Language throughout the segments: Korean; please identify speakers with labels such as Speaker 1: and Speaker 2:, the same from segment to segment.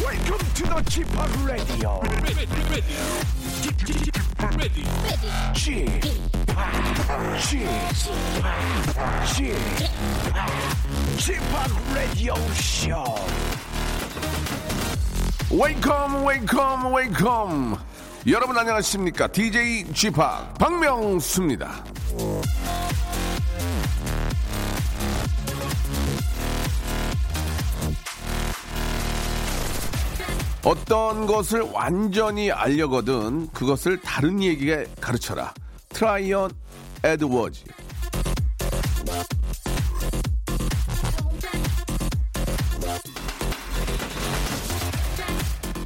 Speaker 1: Welcome to the g p o p Radio.
Speaker 2: ready, ready, ready, ready.
Speaker 1: g p o p g p o p g p o p Radio Show.
Speaker 3: 웨이컴 웨이컴 웨이컴 여러분 안녕하십니까 DJ g p o p 박명수입니다 어떤 것을 완전히 알려거든 그것을 다른 얘기에 가르쳐라 트라이언 에드워즈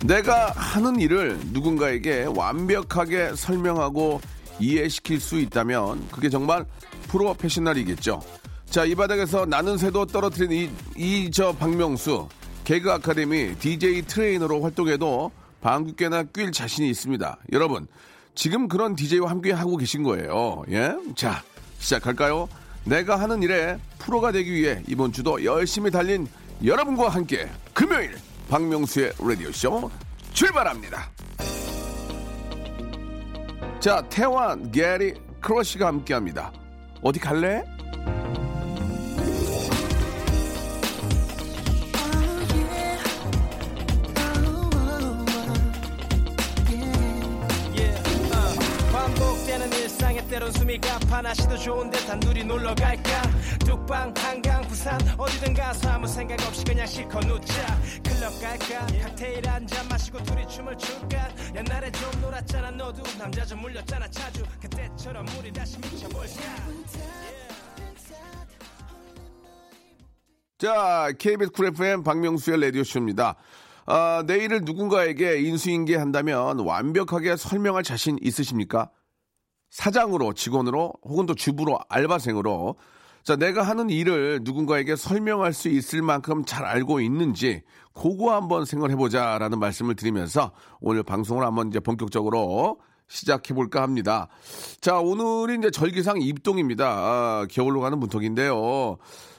Speaker 3: 내가 하는 일을 누군가에게 완벽하게 설명하고 이해시킬 수 있다면 그게 정말 프로페셔널이겠죠. 자, 이 바닥에서 나는 새도 떨어뜨린 이 저 박명수 개그 아카데미 DJ 트레이너로 활동해도 방귀깨나 낄 자신이 있습니다. 여러분, 지금 그런 DJ와 함께 하고 계신 거예요. 예? 자, 시작할까요? 내가 하는 일에 프로가 되기 위해 이번 주도 열심히 달린 여러분과 함께 금요일 박명수의 라디오쇼 출발합니다. 자, 태환, 게리, 크러쉬가 함께합니다. 어디 갈래?
Speaker 4: 예, 어. 반복되는 일상에 때론 숨이 가파 날씨도 좋은데 단둘이 놀러 갈까 뚝방 한강 부산 어디든 가서 아무 생각 없이 그냥 실컷 웃자 클럽 갈까 칵테일 한 잔 마시고 둘이 춤을 출까 옛날에 좀 놀았잖아 너도 남자 좀 물렸잖아 자주 그때처럼 우리 다시 미쳐볼까
Speaker 3: 자, KBS 쿨 FM 박명수의 라디오쇼입니다. 아, 내일을 누군가에게 인수인계 한다면 완벽하게 설명할 자신 있으십니까? 사장으로, 직원으로, 혹은 또 주부로, 알바생으로. 자, 내가 하는 일을 누군가에게 설명할 수 있을 만큼 잘 알고 있는지, 그거 한번 생각해보자 라는 말씀을 드리면서 오늘 방송을 한번 이제 본격적으로 시작해볼까 합니다. 자, 오늘이 이제 절기상 입동입니다. 아, 겨울로 가는 문턱인데요.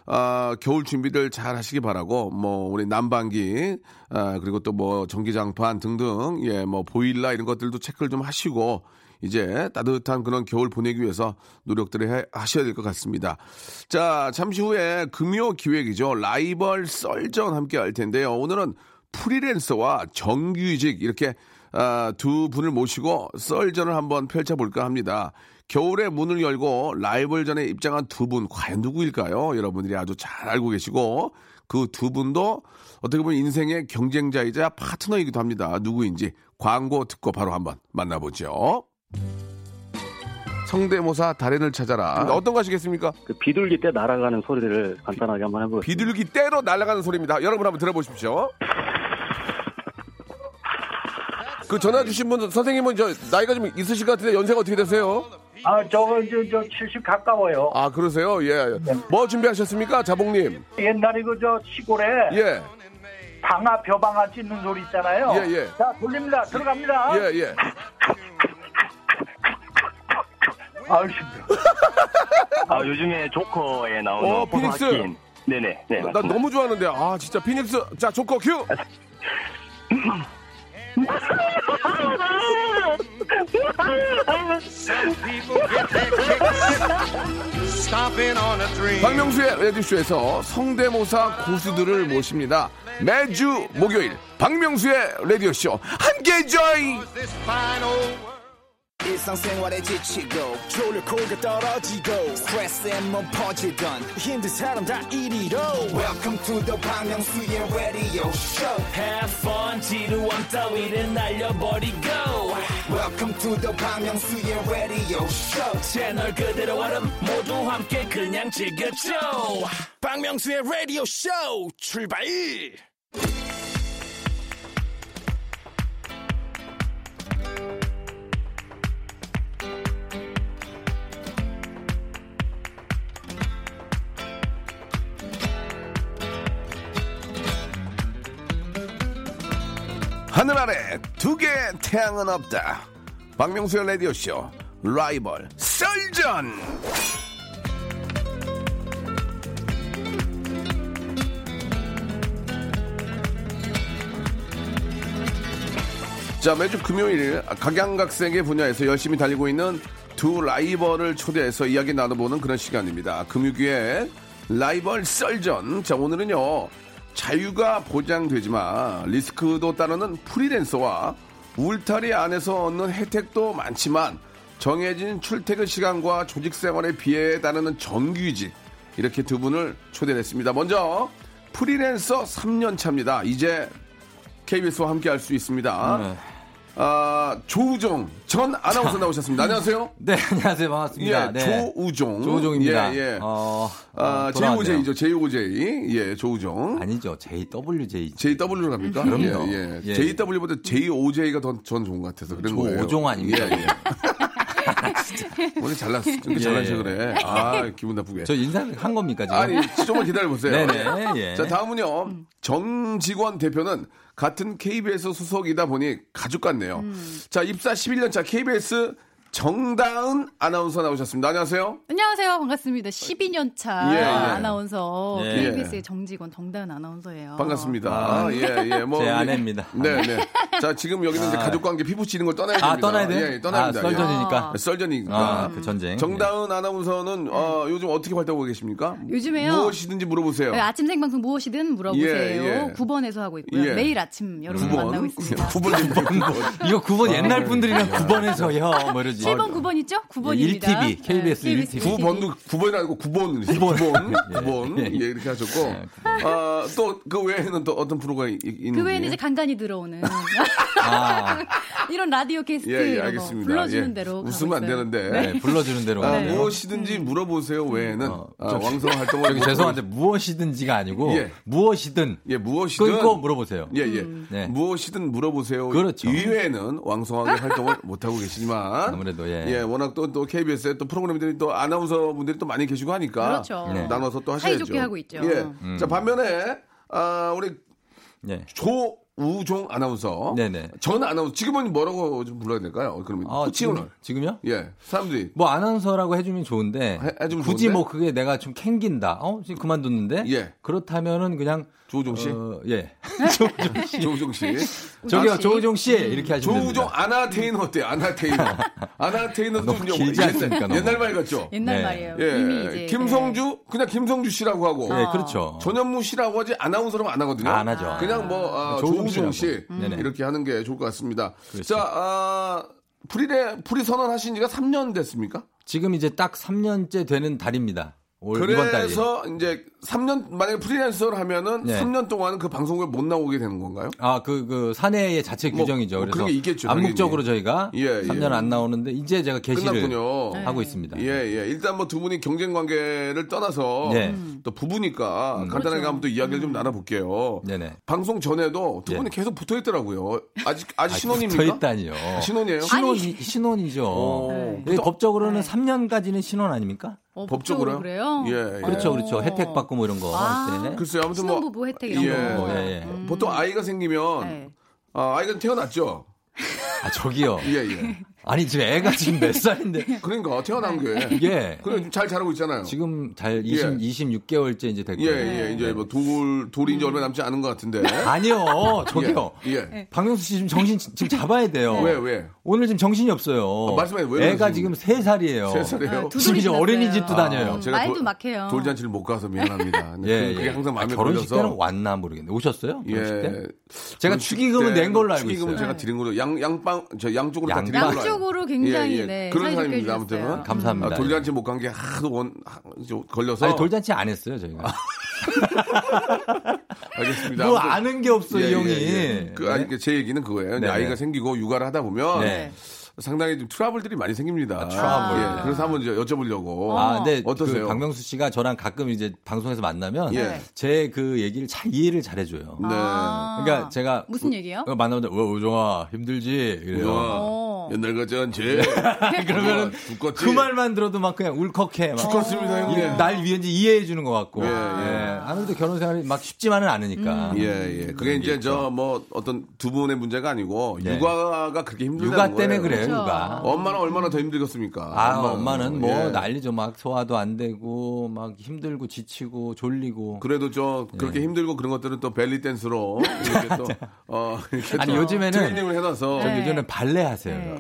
Speaker 3: 아, 겨울 준비들 잘 하시기 바라고, 뭐, 우리 난방기, 아, 그리고 또 뭐, 전기장판 등등, 예, 뭐, 보일러 이런 것들도 체크를 좀 하시고, 이제 따뜻한 그런 겨울 보내기 위해서 노력들을 해- 하셔야 될 것 같습니다. 자, 잠시 후에 금요 기획이죠. 라이벌 썰전 함께 할 텐데요. 오늘은 프리랜서와 정규직 이렇게 아, 두 분을 모시고 썰전을 한번 펼쳐볼까 합니다. 겨울에 문을 열고 라이벌전에 입장한 두 분 과연 누구일까요? 여러분들이 아주 잘 알고 계시고 그 두 분도 어떻게 보면 인생의 경쟁자이자 파트너이기도 합니다. 누구인지 광고 듣고 바로 한번 만나보죠. 성대모사 달인을 찾아라. 어떤 거 하시겠습니까?
Speaker 5: 그 비둘기 때 날아가는 소리를 간단하게 한번 해보겠습니다.
Speaker 3: 비둘기 때로 날아가는 소리입니다. 여러분 한번 들어보십시오. 그 전화 주신 분 선생님은 저 나이가 좀 있으실 것 같은데 연세가 어떻게 되세요?
Speaker 6: 아, 저거 이제 저70 가까워요.
Speaker 3: 아 그러세요? 예.
Speaker 5: 네.
Speaker 3: 뭐 준비하셨습니까, 자봉님?
Speaker 6: 옛날에 그 저 시골에
Speaker 3: 예.
Speaker 6: 방아 벼방아 찢는 소리 있잖아요.
Speaker 3: 예, 예.
Speaker 6: 자, 돌립니다. 들어갑니다.
Speaker 3: 예 예.
Speaker 6: 예. 아유 힘들어.
Speaker 5: 아 요즘에 조커에 나오는
Speaker 3: 어, 피닉스.
Speaker 5: 호박인. 네네 네
Speaker 3: 나
Speaker 5: 맞습니다.
Speaker 3: 너무 좋아하는데 아 진짜 피닉스 자 조커 큐. 박명수의 레디쇼에서 성대모사 고수들을 모십니다. 매주 목요일 박명수의 레디오쇼 함께 join.
Speaker 7: 일상생활에 지치고, 졸려 코가 떨어지고, 스트레스에 몸 퍼지던, 힘든 사람 다 이리로. welcome to the Bang Myung-soo's radio show
Speaker 8: Have fun 지루함 따위를 날려버리고
Speaker 7: welcome to the Bang Myung-soo's radio show
Speaker 8: 채널 그대로 얼음 모두 함께 그냥 즐겨줘 박명수의 라디오 쇼 출발
Speaker 3: 하늘 아래 두 개의 태양은 없다. 박명수의 라디오쇼 라이벌 썰전. 자, 매주 금요일 아, 각양각색의 분야에서 열심히 달리고 있는 두 라이벌을 초대해서 이야기 나눠보는 그런 시간입니다. 금요기에 라이벌 썰전. 자, 오늘은요. 자유가 보장되지만 리스크도 따르는 프리랜서와 울타리 안에서 얻는 혜택도 많지만 정해진 출퇴근 시간과 조직 생활에 비해 따르는 정규직 이렇게 두 분을 초대했습니다. 먼저 프리랜서 3년 차입니다. 이제 KBS와 함께 할 수 있습니다. 아, 조우종 전 아나운서 나오셨습니다. 안녕하세요.
Speaker 9: 네, 안녕하세요.
Speaker 3: 예,
Speaker 9: 반갑습니다. 네.
Speaker 3: 조우종.
Speaker 9: 조우종입니다.
Speaker 3: 예, 예.
Speaker 9: 어,
Speaker 3: 아,
Speaker 9: 어, 돌아왔네요.
Speaker 3: 제5제이죠. 제5제이. 예, 조우종.
Speaker 9: 아니죠. JWJ.
Speaker 3: JW로 갑니까?
Speaker 9: 그럼요.
Speaker 3: 예, 예.
Speaker 9: 예.
Speaker 3: JW보다 J5J가 더, 전 좋은 것 같아서 그런 거예요.
Speaker 9: 조우종 아닙니까?
Speaker 3: 예, 예. 오늘 잘났어. 이렇게 잘난
Speaker 9: 예.
Speaker 3: 척을 해. 아, 기분 나쁘게.
Speaker 9: 저 인사를 한 겁니까, 지금?
Speaker 3: 아니, 좀만 기다려보세요.
Speaker 9: 네네. 예.
Speaker 3: 자, 다음은요. 정직원 대표는 같은 KBS 소속이다 보니 가족 같네요.
Speaker 10: 음.
Speaker 3: 자, 입사 11년차 KBS 정다은 아나운서 나오셨습니다. 안녕하세요.
Speaker 10: 안녕하세요. 반갑습니다. 12년 차
Speaker 3: 예, 예.
Speaker 10: 아, 아나운서 그
Speaker 9: 예.
Speaker 10: KBS의 네, 정직원 정다은 아나운서예요.
Speaker 3: 반갑습니다.
Speaker 9: 아.
Speaker 3: 예, 예. 뭐
Speaker 9: 제
Speaker 3: 우리-
Speaker 9: 아내입니다.
Speaker 3: 네, 네. 자, 지금 여기는 이제 가족 관계 피부 치는 걸 떠나야 됩니다.
Speaker 9: 아, 떠나야 돼요?
Speaker 3: 예, 예, 떠나야
Speaker 9: 아,
Speaker 3: 됩니다.
Speaker 9: 썰전이니까.
Speaker 3: 예. 썰전이니까.
Speaker 9: 아,
Speaker 10: 음.
Speaker 9: 그
Speaker 10: 네.
Speaker 9: 전쟁.
Speaker 3: 정다은 아나운서는 어, 요즘 어떻게 활동하고 계십니까?
Speaker 10: 요즘에요?
Speaker 3: 무엇이든지 물어보세요.
Speaker 10: 네, 아침 생방송 무엇이든 물어보세요.
Speaker 3: 예, 예.
Speaker 10: 9번에서 하고 있고요.
Speaker 3: 예.
Speaker 10: 매일 아침 여러분
Speaker 3: 9번. 아,
Speaker 10: 만나고 있습니다.
Speaker 3: 9번
Speaker 9: 예. 음. 이거 9번 옛날 분들이랑
Speaker 3: 예.
Speaker 9: 9번에서요. 뭐 이러지.
Speaker 3: 아,
Speaker 10: 7번, 9번 있죠? 9번입니다. 네,
Speaker 9: TV, KBS 1TV.
Speaker 3: 9번도 9번이 아니고 9번. 9번. 9번. 예, 이렇게 하셨고. 아, 또 그 외에는 또 어떤 프로가 이- 있는지.
Speaker 10: 그 외에는 이제 간간히 들어오는
Speaker 9: 아,
Speaker 10: 이런 라디오 게스트
Speaker 3: 예, 예,
Speaker 10: 이런 거
Speaker 3: 알겠습니다.
Speaker 10: 불러주는
Speaker 3: 예.
Speaker 10: 대로 가고
Speaker 3: 웃으면 안
Speaker 10: 있어요.
Speaker 3: 되는데.
Speaker 9: 네, 불러주는 대로.
Speaker 3: 아,
Speaker 9: 가네요.
Speaker 3: 무엇이든지 물어보세요 외에는
Speaker 9: 어,
Speaker 3: 아,
Speaker 9: 저-
Speaker 3: 왕성 활동을
Speaker 9: 저기 그 죄송한데 무엇이든지가 아니고
Speaker 3: 예.
Speaker 9: 무엇이든
Speaker 3: 예, 무엇이든
Speaker 9: 그거 꼭 물어보세요.
Speaker 3: 예, 예.
Speaker 10: 음.
Speaker 9: 네.
Speaker 3: 무엇이든 물어보세요.
Speaker 9: 그렇죠.
Speaker 3: 이외에는 왕성하게 활동을 못하고 계시지만.
Speaker 9: 아무래도, 예.
Speaker 3: 워낙 또, 또 KBS에 또 프로그램들이 또 아나운서 분들이 또 많이 계시고 하니까.
Speaker 10: 그렇죠. 네.
Speaker 3: 나눠서 또 하셔야죠.
Speaker 10: 사이좋게 하고 있죠. 음.
Speaker 3: 예. 자, 반면에, 아, 우리
Speaker 9: 예.
Speaker 3: 조우종 아나운서.
Speaker 9: 네네.
Speaker 3: 전 아나운서. 지금은 뭐라고 좀 불러야 될까요? 그러면.
Speaker 9: 아,
Speaker 3: 호칭을.
Speaker 9: 지금, 지금요?
Speaker 3: 예. 사람들이.
Speaker 9: 뭐 아나운서라고 해주면 좋은데
Speaker 3: 해- 해주면
Speaker 9: 굳이
Speaker 3: 좋은데?
Speaker 9: 뭐 그게 내가 좀 캥긴다. 어 지금 그만뒀는데
Speaker 3: 예.
Speaker 9: 그렇다면은 그냥
Speaker 3: 조우종 씨?
Speaker 9: 어, 예.
Speaker 3: 조우종
Speaker 10: 네.
Speaker 3: 씨.
Speaker 9: 저기요 조우종 씨 음. 이렇게 하시면
Speaker 3: 조우종
Speaker 9: 됩니다.
Speaker 3: 아나테이너 어때요? 아나테이너. 아나테이너도
Speaker 9: 너무
Speaker 3: 좀
Speaker 9: 길지
Speaker 3: 옛날-
Speaker 9: 않습니까, 너무.
Speaker 3: 옛날 말 같죠?
Speaker 10: 옛날
Speaker 9: 네.
Speaker 10: 말이에요. 이미
Speaker 3: 예,
Speaker 10: 이제
Speaker 3: 김성주 그냥 김성주 씨라고 하고
Speaker 9: 예, 네. 그렇죠.
Speaker 3: 아. 전현무 씨라고 하지 아나운서로 안 하거든요.
Speaker 9: 안 하죠. 네,
Speaker 3: 그냥 뭐 아,
Speaker 9: 조우종
Speaker 3: 조우종 씨
Speaker 9: 씨라고. 음. 네네.
Speaker 3: 이렇게 하는 게 좋을 것 같습니다.
Speaker 9: 그렇죠.
Speaker 3: 자, 아, 프리레 프리 선언하신 지가 3년 됐습니까?
Speaker 9: 지금 이제 딱 3년째 되는 달입니다. 올 이번 달이.
Speaker 3: 그래서 이제 3년 만약에 프리랜서를 하면은
Speaker 9: 네.
Speaker 3: 3년 동안 그 방송국에 못 나오게 되는 건가요?
Speaker 9: 아, 그, 그, 사내의 자체
Speaker 3: 뭐,
Speaker 9: 규정이죠.
Speaker 3: 뭐
Speaker 9: 그래서
Speaker 3: 그런 게 있겠죠,
Speaker 9: 암묵적으로 저희가
Speaker 3: 예, 예.
Speaker 9: 3년 안 나오는데 이제 제가 게시를
Speaker 3: 끝났군요.
Speaker 9: 하고 있습니다.
Speaker 3: 예, 예. 일단 뭐 두 분이 경쟁 관계를 떠나서
Speaker 9: 네. 음.
Speaker 3: 또 부부니까 간단하게 한번 또 이야기를 좀 나눠볼게요.
Speaker 9: 네네.
Speaker 3: 방송 전에도 두
Speaker 9: 예.
Speaker 3: 분이 계속 붙어 있더라고요. 아직 아직
Speaker 9: 아,
Speaker 3: 신혼입니까?
Speaker 9: 붙어있다니요.
Speaker 3: 신혼이에요? 어. 네.
Speaker 9: 신혼, 신혼이죠.
Speaker 10: 어.
Speaker 3: 오.
Speaker 9: 예, 법적으로는 3년까지는 신혼 아닙니까?
Speaker 10: 어,
Speaker 3: 법적으로요?
Speaker 10: 네. 법적으로 그래요?
Speaker 3: 예, 예.
Speaker 9: 그렇죠,
Speaker 10: 어.
Speaker 9: 그렇죠. 혜택 받고 뭐 이런 거.
Speaker 10: 아.
Speaker 9: 할 때.
Speaker 3: 글쎄요, 아무튼 뭐
Speaker 10: 신혼부부 혜택 이런
Speaker 3: 예.
Speaker 10: 거. 음.
Speaker 9: 예, 예.
Speaker 3: 보통 아이가 생기면
Speaker 10: 네.
Speaker 3: 아, 아이가 태어났죠.
Speaker 9: 아, 저기요.
Speaker 3: 예,
Speaker 10: 네.
Speaker 3: 예.
Speaker 9: 아니, 지금 애가 지금 몇 살인데.
Speaker 3: 그러니까 태어난 게
Speaker 9: 이게
Speaker 3: 그래 잘 자라고 있잖아요.
Speaker 9: 지금 잘 20, 26개월째 이제 됐고.
Speaker 3: 예,
Speaker 10: 네.
Speaker 3: 예. 이제 뭐 돌, 돌이 이제 얼마 남지 않은 것 같은데.
Speaker 9: 아니요, 저기요. 어.
Speaker 3: 예.
Speaker 10: 네.
Speaker 3: 예.
Speaker 9: 박명수 씨 지금 정신 지- 지금 잡아야 돼요.
Speaker 3: 왜, 왜?
Speaker 9: 오늘 지금 정신이 없어요.
Speaker 3: 예. 아, 말씀해, 왜
Speaker 9: 애가
Speaker 3: 그러시는-
Speaker 9: 지금 3살이에요.
Speaker 3: 세 살이에요.
Speaker 10: 아,
Speaker 3: 아,
Speaker 10: 두-
Speaker 9: 지금
Speaker 10: 두들이
Speaker 9: 이제 어린이집도
Speaker 10: 지났어요.
Speaker 9: 다녀요.
Speaker 10: 음, 말도 막혀요.
Speaker 3: 돌잔치를 못 가서 미안합니다. 근데
Speaker 9: 예,
Speaker 3: 그- 그게
Speaker 9: 예.
Speaker 3: 항상
Speaker 9: 아,
Speaker 3: 마음에
Speaker 9: 결혼식
Speaker 3: 걸려서. 예.
Speaker 9: 때는 왔나 모르겠네. 오셨어요? 결혼식 때? 제가
Speaker 3: 결혼식
Speaker 9: 축의금은
Speaker 3: 때
Speaker 9: 낸 걸로 알고
Speaker 3: 네, 축의금은
Speaker 9: 있어요.
Speaker 3: 제가 드린 걸로 양 양방 저 양쪽으로 다
Speaker 9: 양-
Speaker 3: 드린 걸로 알고.
Speaker 10: 양쪽으로 굉장히
Speaker 3: 예, 예.
Speaker 10: 네,
Speaker 3: 그런
Speaker 10: 사이좋게
Speaker 3: 사람입니다.
Speaker 10: 해주셨어요.
Speaker 3: 아무튼
Speaker 9: 감사합니다.
Speaker 3: 아, 돌잔치 못 간 게 하도 원 하- 저- 걸려서
Speaker 9: 아니, 돌잔치 안 했어요, 저희가.
Speaker 3: 알겠습니다.
Speaker 9: 뭐
Speaker 3: 아무튼-
Speaker 9: 아는 게 없어,
Speaker 3: 예,
Speaker 9: 이 형이.
Speaker 3: 예, 예. 그, 아니, 그제 얘기는 그거예요. 이제
Speaker 9: 네,
Speaker 3: 아이가
Speaker 9: 네.
Speaker 3: 생기고 육아를 하다 보면
Speaker 9: 네. 아,
Speaker 3: 상당히 좀 트러블들이 많이 생깁니다.
Speaker 9: 트러블.
Speaker 3: 예, 그래서 한번 이제 여쭤보려고.
Speaker 9: 아, 근데
Speaker 3: 어떠세요?
Speaker 9: 그 박명수 씨가 저랑 가끔 이제 방송에서 만나면
Speaker 3: 예.
Speaker 9: 제 그 얘기를 잘 이해를 잘 해줘요.
Speaker 3: 네.
Speaker 10: 아.
Speaker 9: 그러니까 제가
Speaker 10: 무슨 얘기요?
Speaker 9: 어, 만나면 와 우종아 힘들지
Speaker 3: 우와,
Speaker 9: 그래요.
Speaker 10: 어.
Speaker 3: 옛날 같지 않지?
Speaker 9: 그러면
Speaker 3: 두껍지?
Speaker 9: 그 말만 들어도 막 그냥 울컥해. 막
Speaker 3: 두껍습니다, 형님.
Speaker 9: 이- 날 위한지 이해해 주는 것 같고.
Speaker 3: 예, 음. 예.
Speaker 9: 예, 아무래도 결혼 생활이 막 쉽지만은 않으니까.
Speaker 3: 예, 예. 그게 이제 저 뭐 어떤 두 분의 문제가 아니고
Speaker 9: 네.
Speaker 3: 육아가 그렇게 힘들다는
Speaker 9: 육아 때문에
Speaker 3: 거예요.
Speaker 9: 그래요.
Speaker 10: 그렇죠.
Speaker 9: 식구가.
Speaker 3: 엄마는 얼마나 더 힘들겠습니까?
Speaker 9: 아, 엄마는 뭐
Speaker 3: 예.
Speaker 9: 난리죠. 막 소화도 안 되고 막 힘들고 지치고 졸리고.
Speaker 3: 그래도 저 그렇게
Speaker 9: 네.
Speaker 3: 힘들고 그런 것들은 또 벨리 댄스로 이렇게 또 어, 이렇게
Speaker 9: 아니
Speaker 3: 또
Speaker 9: 요즘에는
Speaker 3: 트레이닝을 해놔서
Speaker 10: 네.
Speaker 9: 전 요즘에는 발레 하세요.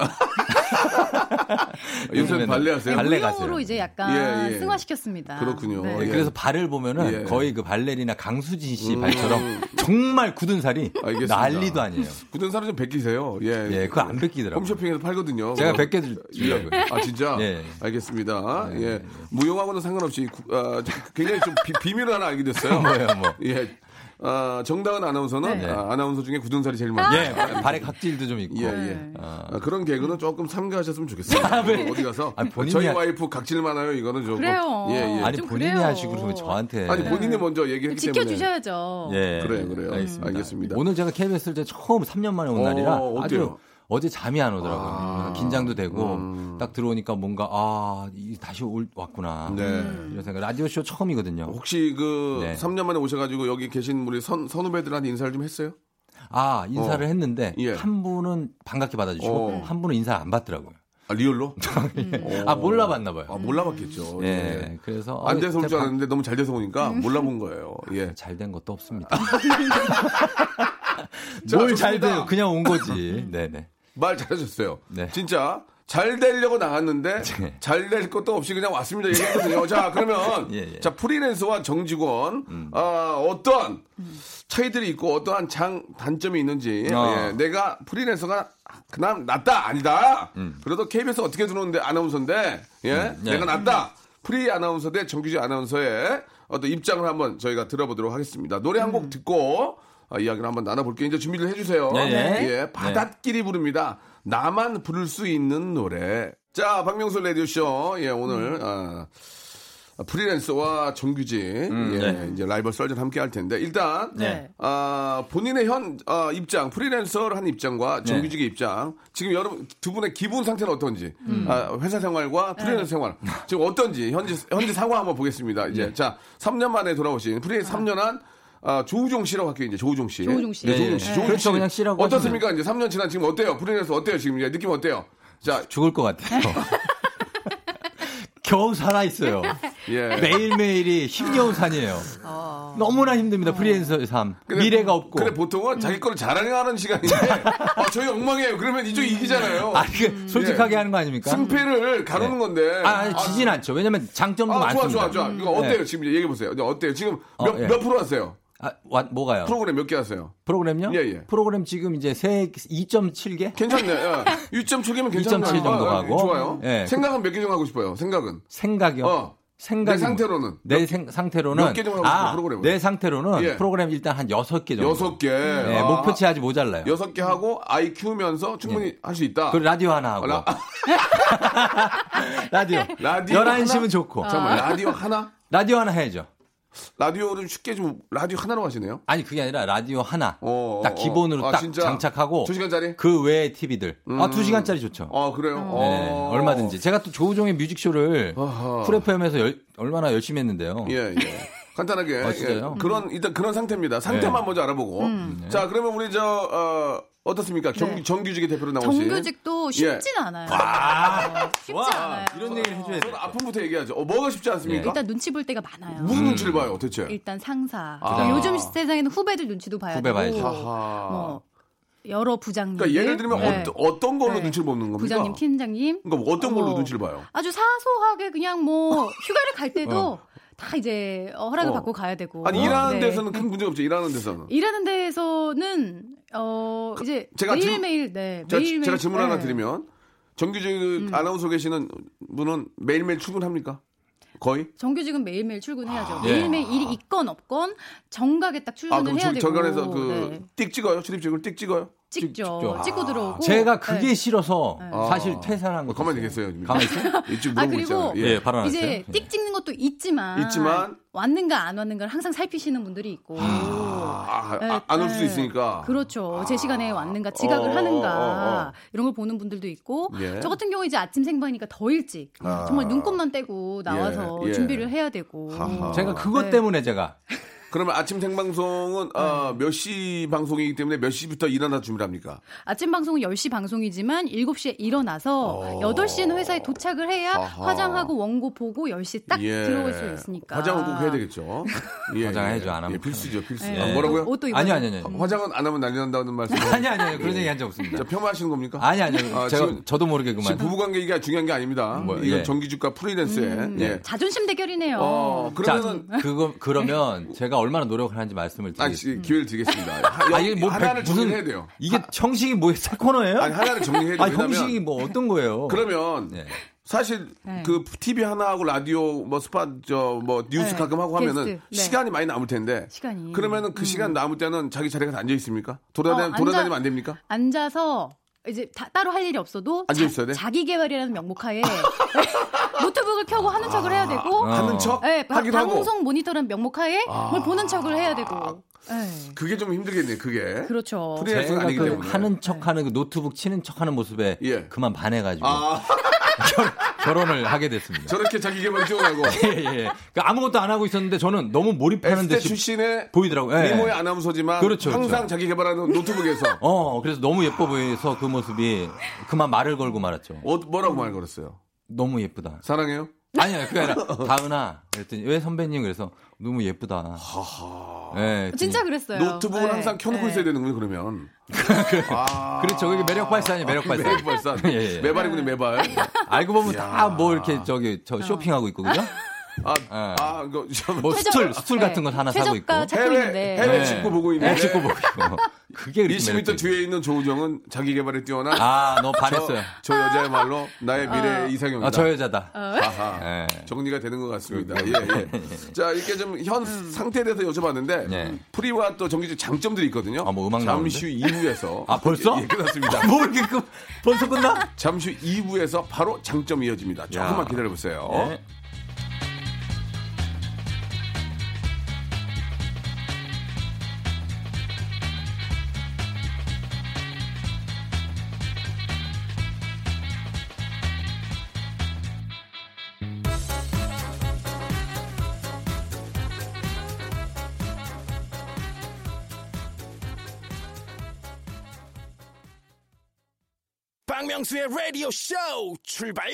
Speaker 3: 요새 발레하세요?
Speaker 9: 발레
Speaker 10: 무용으로
Speaker 9: 가세요.
Speaker 10: 이제 약간
Speaker 9: 예, 예.
Speaker 10: 승화시켰습니다. 네.
Speaker 9: 네, 그래서 발을 보면은
Speaker 3: 예.
Speaker 9: 거의 그 발레리나 강수진 씨
Speaker 3: 음.
Speaker 9: 발처럼 정말 굳은 살이
Speaker 3: 알겠습니다.
Speaker 9: 난리도 아니에요.
Speaker 3: 굳은 살은 좀 벗기세요. 예.
Speaker 9: 예, 그거 안 뺏기더라고요.
Speaker 3: 홈쇼핑에서 팔거든요.
Speaker 9: 제가
Speaker 3: 그거.
Speaker 9: 벗겨줄- 주려고요. 네.
Speaker 3: 예. 아, 진짜?
Speaker 9: 예.
Speaker 3: 알겠습니다. 예. 무용하고는 상관없이 구- 아, 저- 굉장히 좀 비, 밀을 하나 알게 됐어요.
Speaker 9: 뭐예요, 뭐.
Speaker 3: 예. 아, 정다은 아나운서는
Speaker 9: 네.
Speaker 3: 아, 나운서 중에 굳은 살이 제일 많아요.
Speaker 9: 예, 발에 각질도 좀 있고.
Speaker 3: 예,
Speaker 10: 네.
Speaker 3: 예. 아, 그런 개그는 조금 삼가하셨으면 좋겠어요. 어디 가서
Speaker 9: 아니, 본인이
Speaker 3: 저희
Speaker 9: 하-
Speaker 3: 와이프 각질 많아요. 이거는 조금
Speaker 10: 그래요.
Speaker 3: 예, 예.
Speaker 9: 아니
Speaker 10: 좀
Speaker 9: 본인이
Speaker 10: 그래요.
Speaker 9: 하시고 그러면 저한테.
Speaker 3: 아니 본인이 먼저 얘기했기 때문에
Speaker 10: 지켜주셔야죠.
Speaker 9: 예.
Speaker 3: 그래요, 그래요.
Speaker 9: 알겠습니다.
Speaker 3: 알겠습니다.
Speaker 9: 오늘 제가 KBS를 이제 처음 3년 만에 온
Speaker 3: 어,
Speaker 9: 날이라
Speaker 3: 어때요? 아.
Speaker 9: 아주 어제 잠이 안 오더라고요. 긴장도 되고
Speaker 3: 음.
Speaker 9: 딱 들어오니까 뭔가 아, 이 다시 올, 왔구나.
Speaker 3: 네.
Speaker 9: 이런 생각. 라디오 쇼 처음이거든요.
Speaker 3: 혹시 그
Speaker 9: 네.
Speaker 3: 3년 만에 오셔가지고 여기 계신 우리 선, 선후배들한테 인사를 좀 했어요?
Speaker 9: 아, 인사를
Speaker 3: 어.
Speaker 9: 했는데
Speaker 3: 예.
Speaker 9: 한 분은 반갑게 받아주시고
Speaker 3: 어.
Speaker 9: 한 분은 인사를 안 받더라고요.
Speaker 3: 아, 리얼로?
Speaker 9: 아, 몰라봤나 봐요.
Speaker 3: 아, 몰라봤겠죠.
Speaker 9: 예.
Speaker 3: 예.
Speaker 9: 그래서
Speaker 3: 안
Speaker 9: 어, 음.
Speaker 3: 돼서 올 줄
Speaker 9: 제 방-
Speaker 3: 알았는데 너무 잘 돼서 오니까 몰라본 거예요. 예.
Speaker 9: 잘 된 것도 없습니다.
Speaker 3: 아, 자,
Speaker 9: 뭘 잘
Speaker 3: 좋습니다.
Speaker 9: 돼요? 그냥 온 거지. 네네.
Speaker 3: 말 잘하셨어요.
Speaker 9: 네.
Speaker 3: 진짜 잘 되려고 나갔는데
Speaker 9: 네.
Speaker 3: 잘 될 것도 없이 그냥 왔습니다. 얘기했거든요. 자, 그러면
Speaker 9: 예, 음. 예.
Speaker 3: 자 프리랜서와 정직원 아, 어떤 차이들이 있고 어떠한 장 단점이 있는지
Speaker 9: 아.
Speaker 3: 예, 내가 프리랜서가 그나마 낫다 아니다. 그래도 KBS 어떻게 들어오는데 아나운서인데 예,
Speaker 9: 음. 네.
Speaker 3: 내가 낫다. 프리 아나운서 대 정규직 아나운서의 어떤 입장을 한번 저희가 들어보도록 하겠습니다. 노래 한 곡
Speaker 9: 음.
Speaker 3: 듣고 아, 이야기를 한번 나눠볼게요. 이제 준비를 해주세요.
Speaker 9: 네, 네.
Speaker 3: 예, 바닷길이 부릅니다. 나만 부를 수 있는 노래. 자, 박명수 레디오쇼. 예,
Speaker 9: 음.
Speaker 3: 오늘, 아, 프리랜서와 정규직. 예,
Speaker 9: 네.
Speaker 3: 이제 라이벌 썰전 함께 할 텐데. 일단,
Speaker 9: 네.
Speaker 3: 아, 본인의 현, 아, 입장, 프리랜서를 한 입장과
Speaker 9: 네.
Speaker 3: 정규직의 입장. 지금 여러분, 두 분의 기본 상태는 어떤지.
Speaker 9: 음.
Speaker 3: 아, 회사 생활과
Speaker 9: 네.
Speaker 3: 프리랜서 생활. 지금 어떤지, 현재, 현재 상황 한번 보겠습니다.
Speaker 9: 네.
Speaker 3: 이제. 자, 3년 만에 돌아오신 프리랜서 3년 한 아, 조우종 씨라고 할게요, 이제 조우종 씨.
Speaker 10: 조우종 씨.
Speaker 3: 네,
Speaker 10: 네,
Speaker 3: 조우종
Speaker 10: 네.
Speaker 3: 씨.
Speaker 10: 네.
Speaker 3: 조우종
Speaker 9: 그렇죠,
Speaker 3: 씨.
Speaker 9: 그냥 씨라고
Speaker 3: 어떻습니까? 이제 3년 지난 지금 어때요? 프리랜서 어때요? 지금 이제 느낌 어때요? 자,
Speaker 9: 죽을 것 같아요. 겨우 살아있어요.
Speaker 3: 예.
Speaker 9: 매일매일이 힘겨운 산이에요. 너무나 힘듭니다. 프리랜서의 삶. 미래가 없고.
Speaker 3: 근데 보통은 자기 거를 자랑하는 시간인데, 아, 저희 엉망이에요. 그러면 이쪽이 이기잖아요.
Speaker 9: 아, 그 솔직하게
Speaker 3: 예.
Speaker 9: 하는 거 아닙니까?
Speaker 3: 승패를 가누는 건데.
Speaker 9: 아, 아니, 지진 않죠. 왜냐면 장점도
Speaker 3: 아, 좋아,
Speaker 9: 많습니다. 음. 예.
Speaker 3: 좋아, 좋아. 이거 어때요? 지금 얘기해 보세요. 어때요? 지금 몇,
Speaker 9: 어, 예.
Speaker 3: 몇 프로 하세요?
Speaker 9: 아, 와- 뭐가요?
Speaker 3: 프로그램 몇 개 하세요?
Speaker 9: 프로... 그램요
Speaker 3: 예, 예.
Speaker 9: 프로그램 지금 이제 세 2.7개?
Speaker 3: 괜찮네. 요 6.7개면 괜찮네.
Speaker 9: 2.7 정도 가고.
Speaker 3: 좋아요.
Speaker 9: 예.
Speaker 3: 생각은 몇 개 정도 하고 싶어요? 생각은.
Speaker 9: 생각이요.
Speaker 3: 어.
Speaker 9: 생각이
Speaker 3: 내 상태로는?
Speaker 9: 내 생- 상태로는
Speaker 3: 몇개 정도 하고 싶어요,
Speaker 9: 아,
Speaker 3: 프로그램을?
Speaker 9: 내 상태로는
Speaker 3: 예.
Speaker 9: 프로그램 일단 한 6개 정도.
Speaker 3: 여섯 개.
Speaker 9: 예,
Speaker 3: 아,
Speaker 9: 목표치 아직 모자라요.
Speaker 3: 여섯 개 하고 아이 키우면서 충분히 할 수 있다.
Speaker 9: 그 라디오 하나 하고.
Speaker 3: 아, 라-
Speaker 9: 라디오.
Speaker 3: 라디오
Speaker 9: 11시면
Speaker 3: 하나?
Speaker 9: 좋고.
Speaker 3: 아, 잠깐만 라디오 하나?
Speaker 9: 라디오 하나 해야죠.
Speaker 3: 라디오를 쉽게 좀 라디오 하나로 하시네요.
Speaker 9: 아니 그게 아니라 라디오 하나
Speaker 3: 어,
Speaker 9: 딱
Speaker 3: 어,
Speaker 9: 기본으로
Speaker 3: 어. 아,
Speaker 9: 딱
Speaker 3: 진짜?
Speaker 9: 장착하고
Speaker 3: 두 시간짜리?
Speaker 9: 그 외에 TV들 아 두 시간짜리 좋죠.
Speaker 3: 아 그래요.
Speaker 9: 네,
Speaker 3: 어.
Speaker 9: 얼마든지 제가 또 조우종의 뮤직쇼를
Speaker 3: 아하.
Speaker 9: 쿨 FM에서 얼마나 열심히 했는데요.
Speaker 3: 예 예. 간단하게
Speaker 9: 아, 진짜요? 네.
Speaker 3: 예. 그런 일단 그런 상태입니다. 상태만 먼저 알아보고 자 그러면 우리 저 어, 떻습니까
Speaker 10: 음. 네.
Speaker 3: 정규직의 대표로 나오신
Speaker 10: 정규직도 쉽진
Speaker 3: 예.
Speaker 10: 않아요. 어, 쉽지 않아요.
Speaker 9: 이런 얘기를 해줘야 돼.
Speaker 3: 저는 아픔부터 얘기하죠. 어, 뭐가 쉽지 않습니까?
Speaker 10: 일단 눈치 볼 때가 많아요.
Speaker 3: 무슨
Speaker 9: 음.
Speaker 3: 눈치를 봐요, 대체?
Speaker 10: 일단 상사. 그러니까
Speaker 3: 아.
Speaker 10: 요즘 세상에는 후배들 눈치도 봐야
Speaker 9: 후배
Speaker 10: 되고.
Speaker 9: 봐야죠.
Speaker 3: 아하.
Speaker 10: 뭐 여러 부장님.
Speaker 3: 그러니까 예를 들면
Speaker 10: 네.
Speaker 3: 어떠- 어떤 걸로
Speaker 10: 네.
Speaker 3: 눈치를 보는 겁니까?
Speaker 10: 부장님, 팀장님.
Speaker 3: 그러니까 어떤 걸로
Speaker 10: 뭐
Speaker 3: 눈치를 봐요?
Speaker 10: 아주 사소하게 그냥 뭐 휴가를 갈 때도 다 이제 어, 허락을
Speaker 3: 어.
Speaker 10: 받고 가야 되고.
Speaker 3: 아니 일하는
Speaker 10: 네.
Speaker 3: 데서는 큰 문제 없죠. 일하는 데서는.
Speaker 10: 일하는 데에서는 어 이제
Speaker 3: 그 제가
Speaker 10: 매일
Speaker 3: 질-
Speaker 10: 매일 네 음.
Speaker 3: 제가,
Speaker 10: 매일
Speaker 3: 제가 질문 하나 드리면 정규직 아나운서 계시는 분은 매일매일 출근합니까? 거의?
Speaker 10: 정규직은 매일매일 출근해야죠.
Speaker 9: 예.
Speaker 10: 매일매일 일이 있건 없건 정각에 딱
Speaker 3: 네. 아
Speaker 10: 출근을
Speaker 3: 그럼
Speaker 10: 해야
Speaker 3: 저-
Speaker 10: 되고.
Speaker 3: 저간에서
Speaker 10: 네.
Speaker 3: 그 띡 찍어요? 출입증을 띡 찍어요? 아.
Speaker 10: 찍죠.
Speaker 9: 찍죠.
Speaker 10: 찍고 들어오고.
Speaker 9: 제가 그게
Speaker 10: 네.
Speaker 9: 싫어서 사실 퇴사한 거.
Speaker 3: 어, 가만히 계세요. 지금.
Speaker 9: 가만히 있어요.
Speaker 3: 이쪽
Speaker 10: 아
Speaker 3: 물어보고
Speaker 10: 그리고
Speaker 3: 있잖아요. 네.
Speaker 9: 예, 발언 안
Speaker 10: 이제
Speaker 9: 했어요?
Speaker 10: 띡 찍는 것도 있지만,
Speaker 3: 있지만
Speaker 10: 왔는가 안 왔는가를 항상 살피시는 분들이 있고
Speaker 3: 아,
Speaker 10: 네,
Speaker 3: 안 올 수도
Speaker 10: 네.
Speaker 3: 있으니까.
Speaker 10: 그렇죠. 제 시간에 왔는가 지각을
Speaker 3: 어,
Speaker 10: 하는가
Speaker 3: 어, 어.
Speaker 10: 이런 걸 보는 분들도 있고
Speaker 3: 예.
Speaker 10: 저 같은 경우 이제 아침 생방이니까 더 일찍
Speaker 3: 아.
Speaker 10: 정말 눈곱만 떼고 나와서
Speaker 3: 예, 예.
Speaker 10: 준비를 해야 되고
Speaker 3: 하하.
Speaker 9: 제가 그것
Speaker 10: 네.
Speaker 9: 때문에 제가
Speaker 3: 그러면 아침 생방송은 어, 몇 시 방송이기 때문에 몇 시부터 일어나 준비를 합니까?
Speaker 10: 아침 방송은 10시 방송이지만 7시에 일어나서
Speaker 3: 어.
Speaker 10: 8시에는 회사에 도착을 해야
Speaker 3: 아하.
Speaker 10: 화장하고 원고 보고 10시 딱
Speaker 3: 예.
Speaker 10: 들어올 수 있으니까.
Speaker 3: 화장은 꼭 해야 되겠죠. 예,
Speaker 9: 화장해야죠,
Speaker 3: 예.
Speaker 9: 안 하면.
Speaker 3: 예, 필수죠, 필수.
Speaker 10: 예.
Speaker 3: 아, 뭐라고요?
Speaker 10: 옷도 입어야 아니요, 아니요, 아니요.
Speaker 3: 화- 화장은 안 하면 난리 난다는 말씀.
Speaker 9: 아니 아니 아니 그런 얘기 한 적 없습니다.
Speaker 3: 자, 폄하하시는 겁니까?
Speaker 9: 아니 아니요. 제가 저도 모르게 그만.
Speaker 3: 예. 지금 부부관계 얘기가 중요한 게 아닙니다.
Speaker 9: 뭐,
Speaker 3: 이건
Speaker 9: 예.
Speaker 3: 정규직과 프리랜서의
Speaker 10: 음,
Speaker 3: 예.
Speaker 10: 자존심 대결이네요.
Speaker 3: 어, 그러면은
Speaker 9: 자, 그거 그러면 제가 얼마나 노력을 하는지 말씀을
Speaker 3: 아, 시-
Speaker 9: 드리겠습니다.
Speaker 3: 기회를 드리겠습니다. 하,
Speaker 9: 이게 음. 뭐
Speaker 3: 하나를
Speaker 9: 백- 무슨-
Speaker 3: 정리해야 돼요.
Speaker 9: 이게 형식이 뭐예요? 새 코너예요?
Speaker 3: 아니, 하나를 정리해야 돼요.
Speaker 9: 아니,
Speaker 3: 왜냐면-
Speaker 9: 형식이 뭐 어떤 거예요?
Speaker 3: 그러면
Speaker 9: 네.
Speaker 3: 사실
Speaker 10: 네.
Speaker 3: 그 TV 하나하고 라디오 뭐 스팟 저 뭐 뉴스
Speaker 10: 네.
Speaker 3: 가끔 하고 하면은
Speaker 10: 게스트. 네.
Speaker 3: 시간이 많이 남을 텐데
Speaker 10: 시간이. 음.
Speaker 3: 그러면은 그 시간 남을 때는 자기 자리에 가서 앉아 있습니까?
Speaker 10: 어,
Speaker 3: 돌아다니,
Speaker 10: 앉아-
Speaker 3: 돌아다니면 안 됩니까?
Speaker 10: 앉아서 이제 다- 따로 할 일이 없어도
Speaker 3: 앉아 있어야 돼?
Speaker 10: 자, 기 개발이라는 명목하에 노트북을 켜고 하는 척을 해야 되고
Speaker 3: 하는 척
Speaker 10: 예, 바-
Speaker 3: 아, 하기도 하고 아.
Speaker 10: 방송 모니터라는 명목하에 뭘 보는 척을 해야 되고. 예.
Speaker 3: 그게 좀 힘들겠네. 그게
Speaker 10: 그렇죠.
Speaker 3: 프리랜서가
Speaker 9: 제가
Speaker 3: 아니기
Speaker 9: 그
Speaker 3: 때문에
Speaker 9: 하는 척하는 그 노트북 치는 척하는 모습에
Speaker 3: 예.
Speaker 9: 그만 반해가지고
Speaker 3: 아
Speaker 9: 결혼을 하게 됐습니다.
Speaker 3: 저렇게 자기 개발 뛰어나고
Speaker 9: 예, 예. 그러니까 아무것도 안 하고 있었는데 저는 너무 몰입하는
Speaker 3: S대
Speaker 9: 듯이
Speaker 3: 출신의
Speaker 9: 보이더라고요. 예.
Speaker 3: 미모의 아나운서지만
Speaker 9: 그렇죠,
Speaker 3: 항상
Speaker 9: 그렇죠.
Speaker 3: 자기 개발하는 노트북에서
Speaker 9: 어, 그래서 너무 예뻐 보여서 그 모습이 그만 말을 걸고 말았죠.
Speaker 3: 어, 뭐라고 말 걸었어요?
Speaker 9: 너무 예쁘다.
Speaker 3: 사랑해요?
Speaker 9: 아니야, 그게 아니라 다은아. 그랬더니 왜 선배님 그래서 너무 예쁘다. 예,
Speaker 10: 진짜 그랬어요.
Speaker 3: 노트북을
Speaker 10: 예,
Speaker 3: 항상 켜놓고
Speaker 10: 예.
Speaker 3: 있어야 되는군요, 그러면. 아.
Speaker 9: 그렇죠. 그게 매력 발산이에요, 매력 발산.
Speaker 3: 매력 발산.
Speaker 9: 예, 예.
Speaker 3: 매발이군요, 매발.
Speaker 9: 알고 보면
Speaker 3: 이야.
Speaker 9: 다 뭐 이렇게 저기
Speaker 10: 어.
Speaker 9: 저 쇼핑하고 있고 그죠?
Speaker 3: 아,
Speaker 9: 예.
Speaker 3: 아, 이거, 참.
Speaker 9: 뭐
Speaker 10: 최저-
Speaker 9: 스툴 스툴 같은
Speaker 10: 네.
Speaker 9: 걸 하나 사고 있고.
Speaker 10: 최저가 찾고
Speaker 3: 해외-
Speaker 10: 있는데.
Speaker 3: 해외-
Speaker 9: 예.
Speaker 3: 찍고 보고 있는데.
Speaker 9: 예, 찍고 보고 있고. 그게 그렇게
Speaker 3: 20m
Speaker 9: 매력적이죠.
Speaker 3: 뒤에 있는 조우정은 자기 개발에 뛰어난
Speaker 9: 아, 너 반했어요.
Speaker 3: 저 여자의 말로 나의 미래의 이상형이다.
Speaker 9: 아, 저 여자다.
Speaker 10: 어?
Speaker 3: 아하.
Speaker 9: 예.
Speaker 3: 정리가 되는 것 같습니다. 예, 예. 자, 이렇게 좀 현 상태에 대해서 여쭤봤는데
Speaker 9: 예.
Speaker 3: 프리와 또 정규직 장점들이 있거든요.
Speaker 9: 아, 뭐 음악
Speaker 3: 잠시 후 2부에서
Speaker 9: 아, 벌써?
Speaker 3: 예, 끝났습니다.
Speaker 9: 뭐 이렇게 그 벌써 끝나?
Speaker 3: 잠시 후 2부에서 바로 장점 이어집니다. 조금만
Speaker 9: 야.
Speaker 3: 기다려 보세요.
Speaker 9: 예.
Speaker 8: 박명수의 라디오 쇼 출발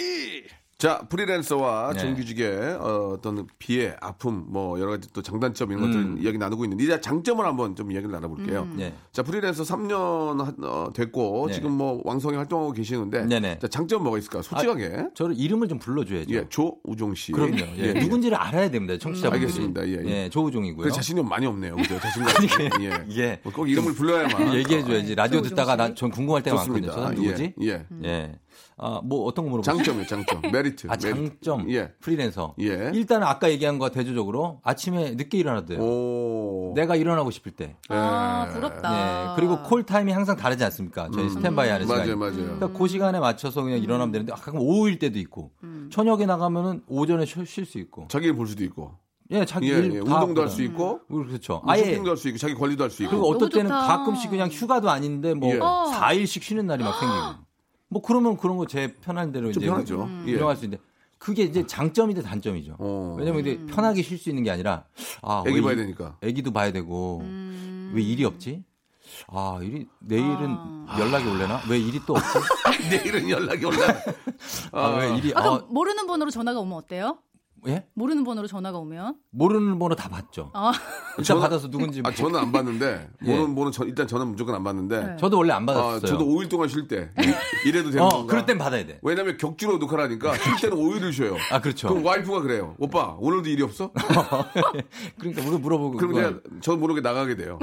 Speaker 3: 자, 프리랜서와
Speaker 9: 네.
Speaker 3: 정규직의 어, 어떤 비애, 아픔, 뭐 여러 가지 또 장단점 이런 것들 이야기 나누고 있는데 이제 장점을 한번 좀 이야기를 나눠볼게요.
Speaker 9: 음. 네.
Speaker 3: 자, 프리랜서 3년 어, 됐고
Speaker 9: 네.
Speaker 3: 지금 뭐 왕성히 활동하고 계시는데
Speaker 9: 네네.
Speaker 3: 자, 장점 뭐가 있을까? 솔직하게
Speaker 9: 저를 이름을 좀 불러줘야죠.
Speaker 3: 예, 조우종 씨.
Speaker 9: 그럼요. 예,
Speaker 3: 예, 예.
Speaker 9: 누군지를 알아야 됩니다. 청취자분들이.
Speaker 3: 알겠습니다. 예, 예.
Speaker 9: 조우종이고요.
Speaker 3: 그래 자신이 많이 없네요. 그죠? 자신감이. 예.
Speaker 9: 예.
Speaker 3: 뭐꼭 이름을 불러야만.
Speaker 9: 얘기해줘야지.
Speaker 3: 아,
Speaker 9: 라디오 듣다가 난 전 궁금할 때가 많거든요.
Speaker 3: 좋습니다.
Speaker 9: 저 사람 누구지?
Speaker 3: 예. 예.
Speaker 9: 예. 아, 뭐 어떤 거 물어보세요?
Speaker 3: 장점이요, 장점. 메리트.
Speaker 9: 아,
Speaker 3: 메리트.
Speaker 9: 장점.
Speaker 3: 예.
Speaker 9: 프리랜서.
Speaker 3: 예.
Speaker 9: 일단 아까 얘기한 거와 대조적으로 아침에 늦게 일어나도 돼요.
Speaker 3: 오.
Speaker 9: 내가 일어나고 싶을 때.
Speaker 10: 아,
Speaker 9: 예.
Speaker 10: 부럽다.
Speaker 9: 그리고 콜 타임이 항상 다르지 않습니까? 저희 스탠바이 하는 시간.
Speaker 3: 음. 맞아요, 맞아요.
Speaker 9: 그러니까 그 시간에 맞춰서 그냥 일어나면 되는데 가끔 오후일 때도 있고
Speaker 10: 음.
Speaker 9: 저녁에 나가면은 오전에 쉴 수 있고.
Speaker 3: 자기를 볼 수도 있고.
Speaker 9: 예, 자기
Speaker 3: 예,
Speaker 9: 일
Speaker 3: 예.
Speaker 9: 다
Speaker 3: 운동도
Speaker 9: 하거나.
Speaker 3: 할 수 있고.
Speaker 9: 음, 그렇죠. 아예
Speaker 3: 쇼핑도 할 수 있고 자기 관리도 할 수
Speaker 9: 그리고
Speaker 3: 있고
Speaker 10: 너무
Speaker 9: 어떨 때는
Speaker 10: 좋다.
Speaker 9: 가끔씩 그냥 휴가도 아닌데 뭐
Speaker 3: 예.
Speaker 10: 어. 아.
Speaker 9: 4일씩 쉬는 날이 막 생기고. 뭐 그러면 그런 거 제 편한 대로
Speaker 3: 좀
Speaker 9: 이제
Speaker 3: 편하죠.
Speaker 10: 음.
Speaker 3: 예.
Speaker 9: 운영할 수 있는데 그게 이제 장점인데 단점이죠.
Speaker 3: 어.
Speaker 10: 음.
Speaker 9: 왜냐면 이제 편하게 쉴 수 있는 게 아니라 아,
Speaker 3: 애기
Speaker 9: 왜
Speaker 3: 봐야
Speaker 9: 이-
Speaker 3: 되니까.
Speaker 9: 애기도 봐야 되고
Speaker 10: 음.
Speaker 9: 왜 일이 없지? 아, 일이 내일은
Speaker 10: 아.
Speaker 9: 연락이 올려나? 왜 일이 또 없지?
Speaker 3: 내일은 연락이 올라.
Speaker 9: 아, 왜 일이
Speaker 10: 아, 그럼
Speaker 9: 아,
Speaker 10: 모르는 번호로 전화가 오면 어때요?
Speaker 9: 예?
Speaker 10: 모르는 번호로 전화가 오면
Speaker 9: 모르는 번호 다 봤죠.
Speaker 10: 아,
Speaker 9: 일단
Speaker 3: 저는-
Speaker 9: 받아서 누군지
Speaker 3: 아, 저는 안 봤는데.
Speaker 9: 예.
Speaker 3: 모는 모는 저, 일단 저는 무조건 안 봤는데.
Speaker 10: 네.
Speaker 9: 저도 원래 안
Speaker 3: 아,
Speaker 9: 받았어요.
Speaker 3: 저도 5일 동안 쉴 때. 뭐 이래도 되는
Speaker 9: 어,
Speaker 3: 건가?
Speaker 9: 그럴 땐 받아야 돼.
Speaker 3: 왜냐면 격주로 녹화하니까 쉴 때는 5일을 쉬어요.
Speaker 9: 아, 그렇죠.
Speaker 3: 그럼 와이프가 그래요. 오빠, 오늘도 일이 없어?
Speaker 9: 그러니까 물어 물어보고
Speaker 3: 그럼
Speaker 9: 그거-
Speaker 3: 그냥 저 모르게 나가게 돼요.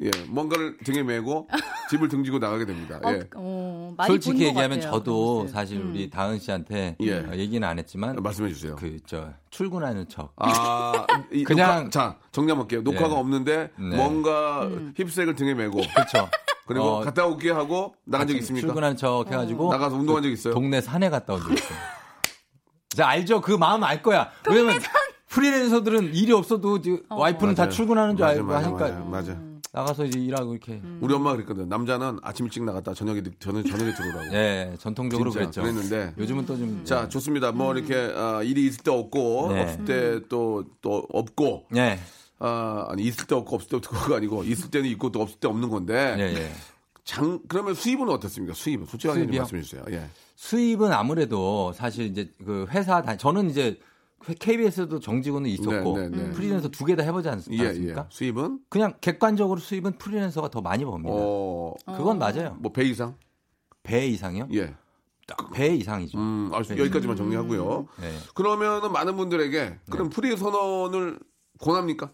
Speaker 3: 예, 뭔가를 등에 메고 집을 등지고 나가게 됩니다.
Speaker 10: 어,
Speaker 3: 예.
Speaker 10: 어, 많이
Speaker 9: 솔직히
Speaker 10: 본것
Speaker 9: 얘기하면
Speaker 10: 같아요,
Speaker 9: 저도
Speaker 10: 그런 음.
Speaker 9: 사실 우리 다은 씨한테
Speaker 3: 예. 아,
Speaker 9: 어, 얘기는 안 했지만
Speaker 3: 말씀해 주세요.
Speaker 9: 그 저 출근하는 척.
Speaker 3: 아, 이
Speaker 9: 그냥-
Speaker 3: 녹화- 자, 정리할게요. 녹화가
Speaker 9: 예.
Speaker 3: 없는데
Speaker 9: 네.
Speaker 3: 뭔가 힙색을 등에 메고
Speaker 9: 그렇죠.
Speaker 3: 그리고
Speaker 9: 어,
Speaker 3: 갔다 올게 하고 나간 적 있습니까?
Speaker 9: 출근하는
Speaker 10: 어.
Speaker 9: 척 해가지고
Speaker 3: 나가서 운동한 적 있어요?
Speaker 9: 동네 산에 갔다 온 적 있어요. 자 알죠? 그 마음 알 거야. 왜냐면 프리랜서들은 일이 없어도 지금 와이프는 다
Speaker 3: 맞아요.
Speaker 9: 출근하는 줄
Speaker 3: 맞아요,
Speaker 9: 알고
Speaker 3: 맞아요,
Speaker 9: 하니까
Speaker 3: 맞아요, 맞아요.
Speaker 9: 나가서 이제 일하고 이렇게
Speaker 10: 음.
Speaker 3: 우리 엄마가 그랬거든. 남자는 아침 일찍 나갔다 저녁에 늦- 저녁 저녁에 들어오라고.
Speaker 9: 예 전통적으로
Speaker 3: 진짜
Speaker 9: 그랬죠.
Speaker 3: 그랬는데.
Speaker 9: 요즘은 또좀
Speaker 3: 자, 좋습니다. 뭐 이렇게 아, 일이 있을 때 없고
Speaker 9: 네.
Speaker 3: 없을 때 또 또 없고
Speaker 9: 예.
Speaker 3: 아, 아니 있을 때 없고 없을 때 없고 그거 아니고 있을 때는 있고 또 없을 때 없는 건데. 장 그러면 수입은 어떻습니까? 수입은 솔직하게 좀
Speaker 9: 네. 수입이요?
Speaker 3: 말씀해 주세요. 예.
Speaker 9: 수입은 아무래도 사실 이제 그 회사 다 저는 이제 KBS도 정직원은 있었고
Speaker 3: 네, 네, 네.
Speaker 9: 프리랜서 두 개 다 해보지 않,
Speaker 3: 예,
Speaker 9: 습니까
Speaker 3: 예. 수입은
Speaker 9: 그냥 객관적으로 수입은 프리랜서가 더 많이 법니다.
Speaker 3: 어.
Speaker 9: 그건 맞아요.
Speaker 3: 뭐 배 이상?
Speaker 9: 배 이상이요?
Speaker 3: 예.
Speaker 9: 배 이상이죠.
Speaker 3: 음, 아,
Speaker 9: 배
Speaker 3: 여기까지만
Speaker 9: 이상.
Speaker 3: 정리하고요.
Speaker 9: 네.
Speaker 3: 그러면은 많은 분들에게 그럼 프리 선언을 권합니까?